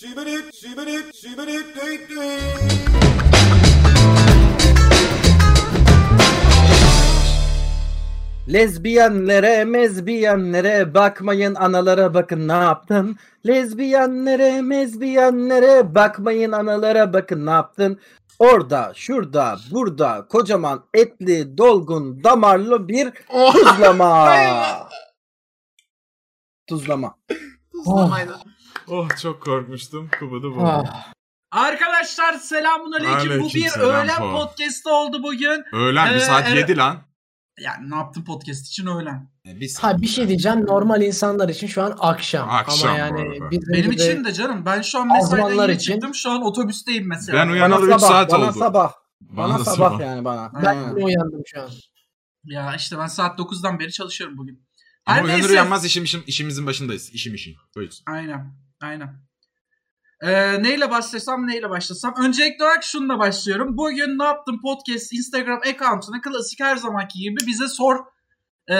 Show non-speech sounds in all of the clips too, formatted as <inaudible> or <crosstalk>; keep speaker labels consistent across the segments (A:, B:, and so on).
A: Sübülüp, sübülüp, sübülüp, düt düt.
B: Lezbiyenlere, mezbiyenlere bakmayın analara bakın ne yaptın? Lezbiyenlere, mezbiyenlere bakmayın analara bakın ne yaptın? Orada, şurada, burada kocaman etli, dolgun, damarlı bir
C: Oh,
B: tuzlama. tuzlama.
D: Tuzlamayla.
C: Oh çok korkmuştum. Kubudu bu.
E: Ah.
D: Arkadaşlar selamun aleyküm. Bu bir
C: Aleykümselam
D: öğlen
C: Fuat.
D: podcast'ı oldu bugün.
C: Öğlen bir
D: Ee,
C: saat
D: evet.
C: 7 lan.
D: Ya ne yaptım podcast için öğlen?
C: Ee, Bir saat.
E: Ha bir şey diyeceğim. Normal insanlar için şu an akşam.
C: Akşam
E: Ama
C: bu
E: yani
C: arada.
E: bizim
D: Benim
E: gibi-
D: için de canım. Ben şu an mesaiden
E: Azmanlar
D: yeni
E: için.
D: çıktım. Şu an otobüsteyim mesela.
C: Ben
B: Bana
C: uyanalı 3
B: sabah,
C: saat
B: bana
C: oldu.
B: sabah.
C: Bana
B: Bana,
C: da
B: sabah, yani bana.
E: ben
B: Yani.
E: yeni uyandım şu an.
D: Ya işte ben saat 9'dan beri çalışıyorum bugün.
C: Ama
D: Her
C: uyanır
D: neyse.
C: uyanmaz işim, işim, işimizin başındayız. İşim işin. Buyurun.
D: Aynen. Aynen. Ee, neyle başlasam neyle başlasam. Öncelikli olarak şununla başlıyorum. Bugün ne yaptım podcast Instagram account'una klasik her zamanki gibi bize sor e,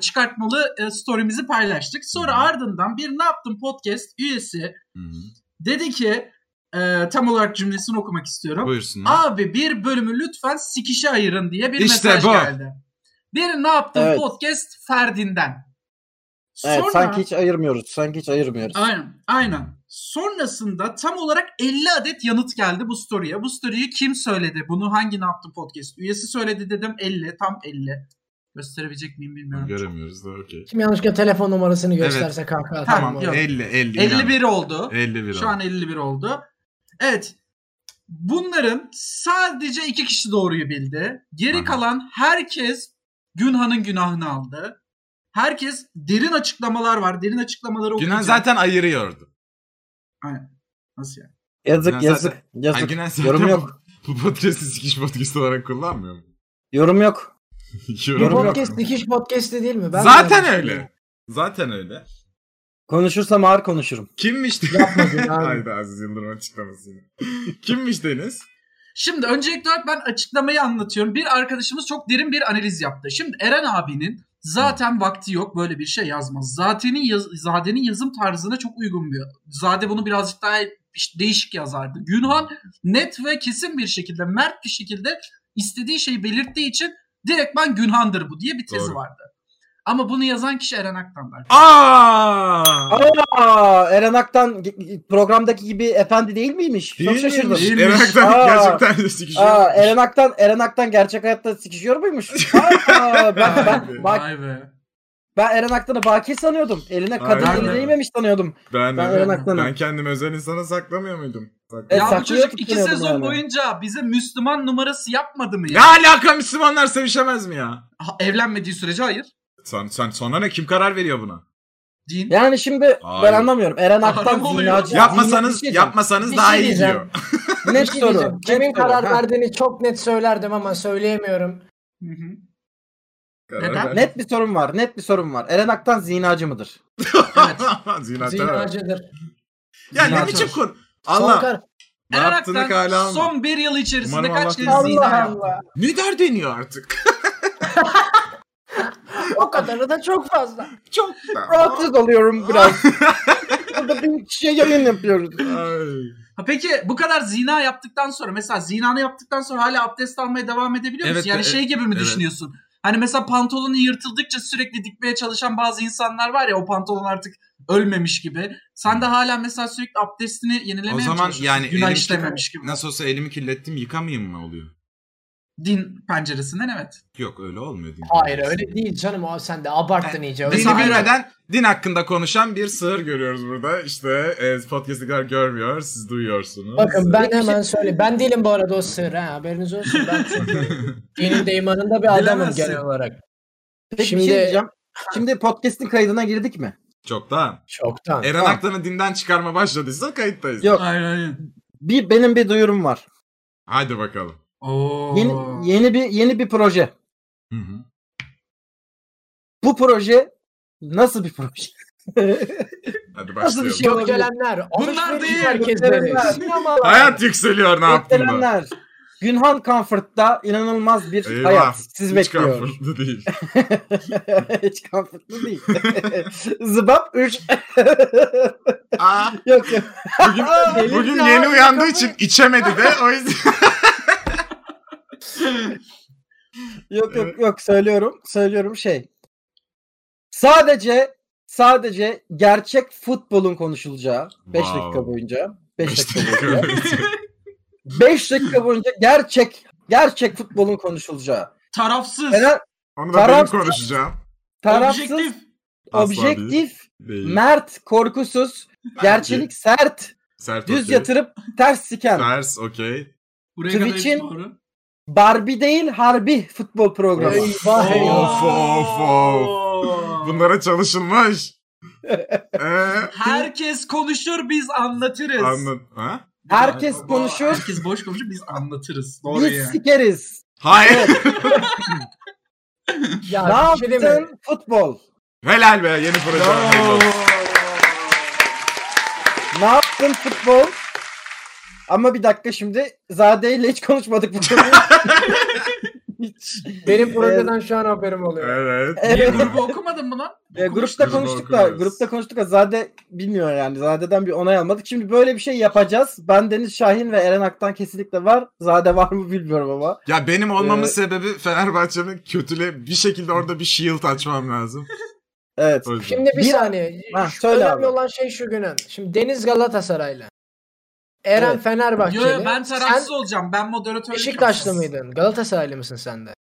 D: çıkartmalı e, story'mizi paylaştık. Sonra
C: Hı.
D: ardından bir ne yaptım podcast üyesi
C: Hı-hı.
D: dedi ki e, tam olarak cümlesini okumak istiyorum.
C: Buyursunlar.
D: Abi bir bölümü lütfen sikişe ayırın diye bir
C: İşte
D: mesaj
C: bu.
D: geldi. Bir ne yaptım
B: Evet.
D: podcast Ferdi'nden.
B: Evet,
D: Sonra-
B: sanki hiç ayırmıyoruz. Sanki hiç ayırmıyoruz.
D: Aynen, aynen. Sonrasında tam olarak 50 adet yanıt geldi bu story'e. Bu story'yi kim söyledi? Bunu hangi ne yaptı podcast? Üyesi söyledi dedim 50, tam 50. Gösterebilecek miyim bilmiyorum.
C: Göremiyoruz da okey.
E: Kim yanlışlıkla telefon numarasını gösterse kanka atarım
D: Tamam,
E: onu.
D: yok.
C: 50 50.
D: 51 oldu.
C: 51
D: Şu an 51 oldu. Evet. Bunların sadece iki kişi doğruyu bildi. Geri
C: Aha.
D: kalan herkes Günhan'ın günahını aldı. Herkes derin açıklamalar var. Derin açıklamaları
C: Günan
D: okuyacağım.
C: zaten ayırıyordu.
D: Nasıl yani?
B: Yazık,
C: Günan
B: yazık,
C: zaten- Ay,
B: yazık.
C: Günan zaten
B: Yorum
C: bu-
B: yok.
C: <laughs> Bu podcast'i sikiş podcast olarak kullanmıyor mu? <laughs>
B: Yorum yok.
E: Bu
C: Yorum yok.
E: podcast dikiş podcast'i değil mi? Ben
C: Zaten
E: de-
C: öyle. Zaten öyle.
B: Konuşursam ağır konuşurum.
C: Kimmiş?
E: Yapma
C: <laughs>
E: Günan.
C: Hayda Aziz Yıldırım açıklaması. Kimmiş Deniz?
D: Şimdi öncelikli olarak ben açıklamayı anlatıyorum. Bir arkadaşımız çok derin bir analiz yaptı. Şimdi Eren abinin zaten vakti yok böyle bir şey yazmaz. Zaten'in yaz, Zade'nin yazım tarzına çok uygun bir. Zade bunu birazcık daha işte değişik yazardı. Günhan net ve kesin bir şekilde, mert bir şekilde istediği şeyi belirttiği için direktman Günhan'dır bu diye bir tezi
C: Doğru.
D: vardı. Ama bunu yazan kişi Eren Aktanlar.
C: Aa!
B: Aa, Eren Aktan g- g- programdaki gibi efendi değil miymiş? Çok
C: Değil
B: şaşırdım.
C: miymiş?
D: Değilmiş.
C: Eren Aktan
B: Aa.
C: gerçekten de şey sikişiyor.
B: Aa, Eren Aktan, Eren Aktan gerçek hayatta
C: <laughs>
B: sikişiyor muymuş? Aa, ben, ben, bak, e,
D: Vay be.
B: ben Eren Aktan'ı bakir sanıyordum. Eline kadın
C: Aynen.
B: eli değmemiş sanıyordum.
C: Ben,
B: Ben
C: ben,
B: Eren Aktan'ım.
C: kendimi özel insana saklamıyor muydum?
B: E,
D: ya
C: Saklamıyorum.
D: bu
B: saklıyor
D: çocuk iki
B: tutunuyordum
D: sezon
B: yani.
D: boyunca bize Müslüman numarası yapmadı mı ya?
C: ne alaka Müslümanlar sevişemez mi ya?
D: Ha- Evlenmediği sürece hayır.
C: Sen, sen sonra ne? Kim karar veriyor buna?
D: Din.
B: Yani şimdi
C: Hayır.
B: ben anlamıyorum. Eren Aktan
D: Adam oluyor.
B: zinacı.
C: yapmasanız
B: zinacı-
C: yapmasanız
E: Bir şey
C: daha iyi
E: diyeceğim.
C: diyor.
B: Net
E: Bir şey
B: soru.
E: diyeceğim. Kimin
B: net soru.
E: karar
B: Ha,
E: verdiğini çok net söylerdim ama söyleyemiyorum.
D: Hı hı.
C: Karar
D: Neden?
C: ver.
B: Net bir sorun var. Net bir sorun var. Eren Aktan zinacı mıdır?
D: Evet.
C: <laughs> Zinata ver.
E: Zinacıdır.
C: Ya ne
D: Zinata.
C: biçim kon?
E: Son
C: Allah.
E: kar-
C: Ne
D: Eren
C: yaptığını
D: Aktan
C: kale alma.
D: son bir yıl içerisinde
C: Umarım
D: kaç
C: Allah
D: kez
C: bilir.
D: zina
E: Allah
D: yaptı?
E: Allah.
C: Ne der deniyor artık? <laughs>
E: O kadarı da çok
C: <laughs>
E: fazla.
C: Çok da.
B: Rahatsız oluyorum
E: <laughs>
B: biraz. Burada bin
E: şey
B: kişiye yayın yapıyoruz.
C: Ay.
D: Ha peki bu kadar zina yaptıktan sonra mesela zinanı yaptıktan sonra hala abdest almaya devam edebiliyor musun?
C: Evet,
D: yani
C: e-
D: şey gibi mi
C: evet.
D: düşünüyorsun? Hani mesela pantolonu yırtıldıkça sürekli dikmeye çalışan bazı insanlar var ya o pantolon artık ölmemiş gibi. Sen de hala mesela sürekli abdestini yenilemeye
C: O
D: mi
C: zaman
D: çalışıyorsun?
C: yani
D: günah
C: elim-
D: işlememiş gibi.
C: nasıl olsa elimi kirlettim yıkamayayım mı oluyor?
D: Din penceresinden evet.
C: Yok öyle olmuyor. din
E: Hayır
C: konusunda.
E: öyle değil canım. O sen de
C: E,
E: abarttın iyice. Öyle
D: Mesela
B: hani
C: Dini
E: değil.
C: bilmeden din hakkında konuşan bir sığır görüyoruz burada. İşte e, podcast'i kadar görmüyor, siz duyuyorsunuz.
E: Bakın ben hemen söyle. Ben değilim bu arada o sır ha. Haberiniz olsun.
B: <laughs>
E: Ben çünkü dinin imanında bir adamım
D: Bilemezsin.
E: genel olarak.
B: Peki Şimdi...
E: Şimdi-
B: bir şey diyeceğim. Şimdi podcast'in kaydına girdik mi?
C: Çoktan.
E: Çoktan.
C: Eren
B: Tamam.
C: Aktan'ı dinden çıkarma başladıysa kayıttayız.
B: Yok.
D: Aynen aynen.
B: Bir benim bir duyurum var.
C: Hadi bakalım.
D: Oo.
B: Yeni yeni bir yeni bir proje.
C: Hı hı.
B: Bu proje nasıl bir proje?
C: Hadi
B: Nasıl bir
C: başlayalım.
B: şey?
E: Gökdelenler.
D: Bunlar
E: alışveriş
D: değil,
E: merkezleri,
B: gökdelenler.
E: sinemalar,
C: Hayat yükseliyor ne yaptın da.
B: Gökdelenler, Günhan Comfort'ta inanılmaz bir
C: Eyvah,
B: hayat siz
C: Hiç
B: bekliyor.
C: comfortlu değil.
B: <laughs> Hiç comfortlu değil. <laughs> Zıbap 3.
C: Aa,
B: <laughs> yok yok. <laughs>
C: bugün
B: Elif
C: bugün
B: ya,
C: yeni uyandığı
B: kafayı-
C: için içemedi de o yüzden.
B: Yok yok yok söylüyorum. Söylüyorum şey. Sadece sadece gerçek futbolun konuşulacağı 5
C: Wow.
B: dakika boyunca 5
C: İşte
B: dakika boyunca
C: böyle.
B: 5 dakika boyunca gerçek gerçek futbolun konuşulacağı.
D: Tarafsız,
B: Fener
C: Onu da benim
B: Tarafsız-
C: konuşacağım.
B: tarafsız,
D: objektif.
C: Asla değil.
B: objektif,
C: Değil.
B: mert, korkusuz, gerçelik sert,
C: Sert
B: düz
C: okey.
B: yatırıp ters siken.
C: Ters okey.
D: Buraya kadar
B: Twitch'in-
D: hep doğru.
B: Barbie değil harbi futbol programı.
E: Eyvah
C: Of,
E: eyvah.
C: of,
D: Oo.
C: Bunlara
B: <laughs>
C: çalışılmış. Ee,
D: Herkes konuşur biz anlatırız.
C: anladın. Ha?
B: Herkes
D: Aa,
B: konuşur,
D: Herkes boş konuşur biz anlatırız. Doğru
B: biz
D: yani.
B: sikeriz.
C: Hayır.
E: Ya,
B: Ne
E: bir şey diyeyim mi?
B: yaptın futbol?
C: Helal be yeni proje. Hayırlı olsun.
B: Ne yaptın futbol? Ama bir dakika şimdi Zade ile hiç konuşmadık bu
C: <laughs>
B: konuyu. hiç.
E: Benim projeden şu an haberim oluyor.
C: Evet.
D: Niye
B: Evet.
D: grubu okumadın mı lan?
B: E, grupta
C: Grubu
B: konuştuk da
C: okumuyoruz.
B: grupta konuştuk da Zade bilmiyor yani. Zade'den bir onay almadık. Şimdi böyle bir şey yapacağız. Ben Deniz Şahin ve Eren Aktan kesinlikle var. Zade var mı bilmiyorum ama.
C: Ya benim olmamın
B: Ee,
C: sebebi Fenerbahçe'nin kötüle bir şekilde orada bir shield açmam lazım.
B: Evet.
C: O yüzden.
E: Şimdi bir,
B: Bir-
E: saniye.
B: Ha,
E: Şu
B: söyle
E: önemli
B: abi.
E: olan şey şu Günan. Şimdi Deniz Galatasaraylı. Eren
B: Evet.
E: Fenerbahçeli.
D: Yo, yo, ben tarafsız
E: Sen
D: olacağım. Ben moderatörlük
E: Beşiktaşlı
D: yapacağım.
E: mıydın? Galatasaraylı mısın sen de? Sen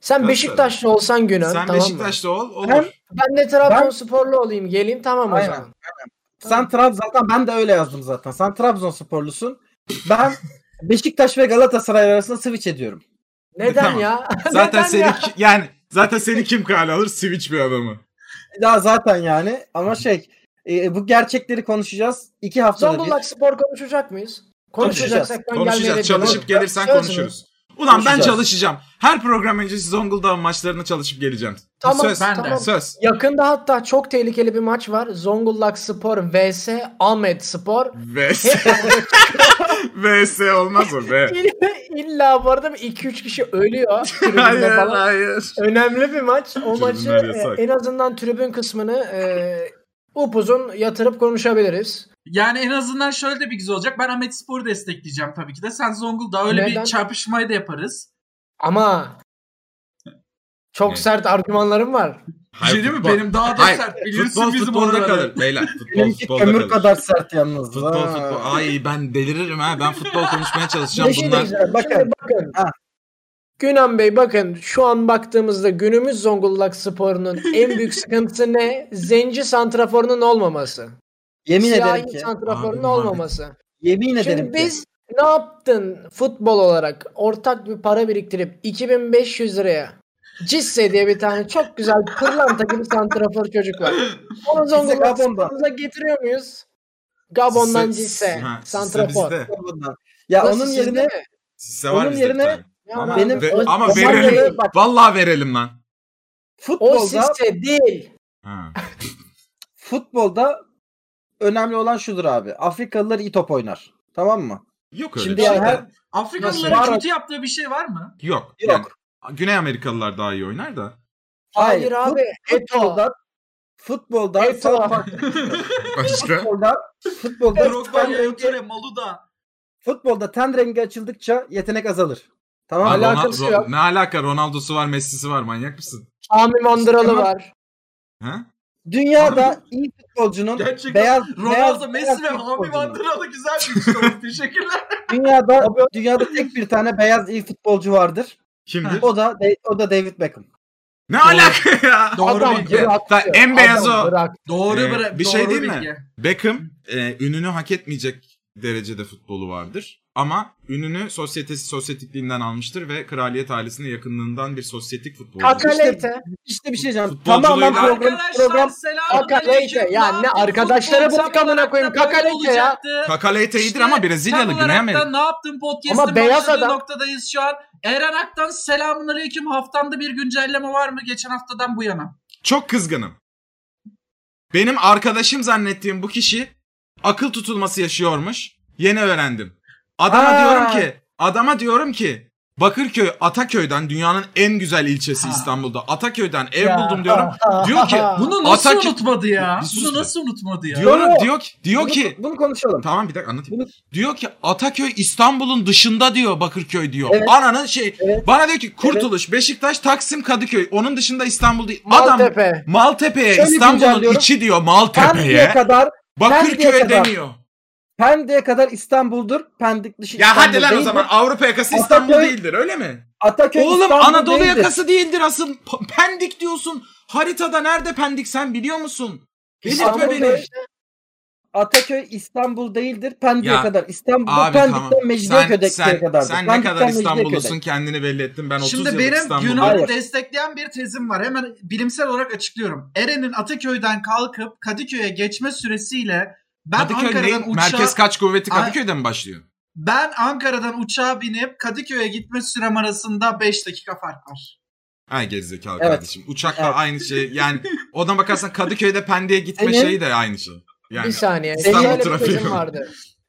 C: Galatasaray.
E: Beşiktaşlı olsan Günan
C: Sen
E: tamam mı?
C: Beşiktaş'ta ol olur.
B: Ben-
E: Ben de Trabzonsporlu olayım geleyim tamam o
B: Aynen.
E: zaman.
B: Sen Trabzon zaten ben de öyle yazdım zaten. Sen Trabzonsporlusun. Ben Beşiktaş ve Galatasaray arasında switch ediyorum.
E: Neden
C: E, Tamam.
E: ya? <laughs>
C: Zaten
E: Neden
C: seni
E: ya?
C: ki- yani zaten seni kim kale alır? Switch bir adamı.
B: Ya zaten yani ama şey e, bu gerçekleri konuşacağız. iki haftada bir.
E: Zonguldak spor konuşacak mıyız? Konuşacaksak ben gelmeye de
C: Konuşacağız. Çalışıp
E: çalışırım.
C: gelirsen
E: Söz mü?
C: konuşuruz. Ulan ben
B: Konuşacağız.
C: çalışacağım. Her program öncesi Zonguldak maçlarına çalışıp geleceğim.
E: Tamam,
C: söz.
D: ben de.
E: tamam. <laughs>
C: Söz.
E: Yakında hatta çok tehlikeli bir maç var. Zonguldak Spor vs Ahmet Spor.
C: VS. <laughs> VS olmaz o be.
E: İlla bu arada 2-3 kişi
C: <laughs>
E: ölüyor.
C: hayır
E: tribünde falan.
C: hayır.
E: Önemli bir maç. O maçı
C: Tribünler yasak.
E: e, en azından tribün kısmını e, upuzun yatırıp konuşabiliriz.
D: Yani en azından şöyle de bir güzel olacak. Ben Ahmet Spor'u destekleyeceğim tabii ki de. Sen Zonguldak'a öyle
E: Neden?
D: bir çarpışmayı da yaparız.
E: Ama çok
C: Ne?
E: sert argümanlarım var.
D: Bir şey değil mi?
C: futbol-
D: Benim daha da
C: Hayır,
D: sert.
C: Futbol
D: Biliyorsun bizim
C: futbolda
D: oraları.
C: kalır. Beyler futbol
B: Benimki
C: futbolda
B: kömür
C: kalır.
B: kadar sert yalnız.
C: Futbol
B: Ha.
C: futbol. Ay ben deliririm ha. Ben futbol konuşmaya çalışacağım.
E: Bir şey
C: Bunlar
E: diyeceğim. Şimdi
B: Bakın.
E: bakın.
B: Ha.
E: Günan Bey bakın şu an baktığımızda günümüz Zonguldak sporunun
B: <laughs>
E: en büyük sıkıntısı ne? Zenci santraforunun olmaması.
B: Yemin
E: Siyahi
B: ederim ki.
E: santraforunun
C: Abi,
E: olmaması.
B: Yemin ederim
E: Şimdi
B: ki.
E: biz ne yaptın futbol olarak ortak bir para biriktirip 2500 liraya Cisse diye bir tane çok güzel pırlanta gibi santrafor çocuk var. Onu Zonguldak
B: Gabon'dan.
E: sporumuza getiriyor muyuz? Gabon'dan
C: Sisse-
E: Cisse.
C: ha, Sisse
E: Santrafor.
C: bizde.
B: Ya
E: Nasıl
B: onun
E: sizde
B: yerine
E: mi?
C: Sisse var
B: Onun
C: bizde bir
B: yerine-
C: tane.
E: Ya
C: Ama,
E: ben-
B: benim-
C: ve-
E: o-
C: ama
E: o-
C: verelim.
E: Bak,
C: Vallahi verelim lan.
E: O
B: futbolda
E: Sisse değil.
C: Ha.
B: futbolda önemli olan şudur abi. Afrikalılar iyi top oynar. Tamam mı?
C: Yok öyle
B: Şimdi
C: bir şey.
B: yani her-
D: Afrikalıların
B: Nasıl?
D: kötü yaptığı bir şey var mı?
C: Yok.
B: Yok.
C: Yani Güney Amerikalılar daha iyi oynar da.
E: Hayır,
B: Hayır,
E: abi. Eto.
B: Futbolda futbolda
E: Eto.
B: sağ bak-
C: Başka?
B: futbolda futbolda
D: Drogba,
B: ten
D: Yankere,
B: rengi,
D: Maluda.
B: futbolda ten rengi açıldıkça yetenek azalır. Tamam
C: Ha,
B: mı?
E: Alakası
C: Ronaldo-
E: yok.
C: ne alaka? Ronaldo'su var, Messi'si var. Manyak mısın?
E: Sami Mandıralı var.
C: Ha?
B: Dünyada iyi futbolcunun
D: Gerçekten
B: beyaz
D: Ronaldo,
B: beyaz- beyaz
D: Messi ve Hami
B: futbolcunun-
D: Vandıralı güzel bir işte oldu. Teşekkürler.
B: Dünyada dünyada tek bir tane beyaz iyi futbolcu vardır.
C: Kimdir?
B: O da o da David Beckham.
C: Ne alaka ya?
D: Doğru
E: Adam
D: bilgi.
E: bıraktı.
C: Ben- en beyazı
E: Adam
C: o.
E: bıraktı.
D: <laughs> Doğru
C: Ee,
D: bırak.
C: bir
D: doğru
C: şey diyeyim mi?
D: bilgi.
C: Beckham e, ününü hak etmeyecek derecede futbolu vardır. Ama ününü sosyetesi sosyetikliğinden almıştır ve kraliyet ailesine yakınlığından bir sosyetik futbolcudur.
E: Kakalete.
B: İşte bir şey diyeceğim.
C: Futbolculuğu-
B: Tamamen program
D: Arkadaşlar
B: program
E: Kakaleyke. Ya ne arkadaşları bulduk amına koyayım. Kakaleyke ya.
C: Kakalete iyidir ama Brezilyalı Güney Amerika.
D: Ne yaptın podcast'ın
E: Ama beyaz
D: başladığı
E: adam-
D: noktadayız şu an. Eren Aktan selamun aleyküm. Haftanda bir güncelleme var mı geçen haftadan bu yana?
C: Çok kızgınım. Benim arkadaşım zannettiğim bu kişi akıl tutulması yaşıyormuş. Yeni öğrendim. Adama
B: Aa.
C: diyorum ki Adama diyorum ki Bakırköy Ataköy'den dünyanın en güzel ilçesi
D: Ha.
C: İstanbul'da. Ataköy'den ev
E: Ya.
C: buldum
B: <laughs>
C: diyorum. Diyor ki
D: Bunu nasıl
C: Atak-
D: unutmadı ya?
C: Bir sus
D: Bunu
C: be.
D: nasıl unutmadı ya?
C: diyor
B: Yok.
C: diyor ki diyor
B: bunu,
C: ki
B: bunu konuşalım.
C: tamam bir dakika anlatayım.
B: Bunu-
C: Diyor ki Ataköy İstanbul'un dışında diyor Bakırköy diyor.
B: Evet.
C: Ananın şey
B: Evet.
C: bana diyor ki Kurtuluş, Beşiktaş, Taksim, Kadıköy. Onun dışında İstanbul değil. Adam
E: Maltepe.
C: Maltepe'ye
B: Şöyle
C: İstanbul'un
B: güncelliyorum.
C: içi diyor
B: Pendik'e
C: Maltepe'ye.
B: kadar Pendik'e
C: Bakırköy
B: kadar.
C: demiyor.
B: Pendik'e kadar İstanbul'dur. Pendik dışı
C: Ya
B: İstanbul
C: hadi lan o
B: değildir.
C: zaman Avrupa yakası İstanbul
B: Ataköy-
C: değildir öyle mi?
B: Ataköy
C: Oğlum
B: İstanbul
C: Anadolu
B: değildir.
C: yakası değildir asıl. P- Pendik diyorsun. Haritada nerede Pendik sen biliyor musun?
B: İstanbul
C: Delirtme beni.
B: değil. Ataköy İstanbul değildir. Pendik'e
C: Ya,
B: kadar. İstanbul'da
C: Abi
B: Pendik'ten
C: tamam. Sen,
B: Mecidiyeköy'e
C: sen,
B: kadar.
C: sen ne kadar İstanbullusun kendini belli ettin. Ben 30
D: Şimdi
C: yıllık
D: benim
C: İstanbul'dayım.
D: Yunan'ı
B: Hayır.
D: destekleyen bir tezim var. Hemen bilimsel olarak açıklıyorum. Eren'in Ataköy'den kalkıp Kadıköy'e geçme süresiyle ben
C: Kadıköy
D: Ankara'dan
C: ne?
D: uçağa
C: Merkez kaç kuvveti
D: Ay-
C: Kadıköy'den mi başlıyor?
D: ben Ankara'dan uçağa binip Kadıköy'e gitme sürem arasında 5 dakika fark var.
C: Ha gerizekalı
B: Evet.
C: kardeşim. Uçakla
B: Evet.
C: aynı şey. Yani ona bakarsan Kadıköy'de Pendik'e gitme
B: Senin-
C: şeyi de aynı şey.
E: Bir
C: Yani
E: saniye.
C: İstanbul
E: Benim şöyle bir
C: trafiği.
E: tezim vardı.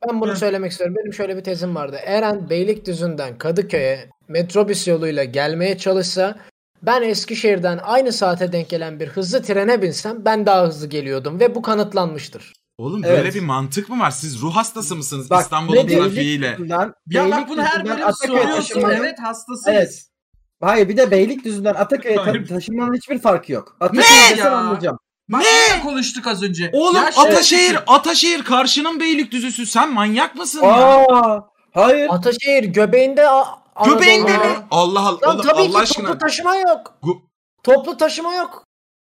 E: Ben bunu söylemek istiyorum. Benim şöyle bir tezim vardı. Eren Beylikdüzü'nden Kadıköy'e metrobüs yoluyla gelmeye çalışsa ben Eskişehir'den aynı saate denk gelen bir hızlı trene binsem ben daha hızlı geliyordum ve bu kanıtlanmıştır.
C: oğlum
B: Evet.
C: böyle bir mantık mı var? Siz ruh hastası mısınız
B: Bak,
C: İstanbul'un
B: ne diyecek-
C: trafiğiyle?
D: Ya bak bunu her bölüm soruyorsun.
B: Taşımanın,
D: Evet hastasıyız.
B: Evet. Hayır bir de Beylikdüzü'nden Ataköy'e ta-
D: Hayır.
B: taşımanın hiçbir farkı yok. Ataköy'e desen
D: Ya!
B: anlayacağım.
D: Bak
C: Ne?
D: ne? konuştuk az önce.
C: Oğlum
B: şey-
D: Ya şöyle
C: Ataşehir,
D: düşün.
C: Ataşehir karşının Beylikdüzü'sü. Sen manyak mısın ya?
B: Aa, hayır.
E: Ataşehir göbeğinde a-
C: Göbeğinde
E: Anadolu-
C: mi? Allah Allah.
E: Lan
C: Oğlum,
E: tabii
C: Allah
E: ki
C: aşkına.
E: toplu taşıma yok.
C: Gu-
E: Toplu taşıma yok.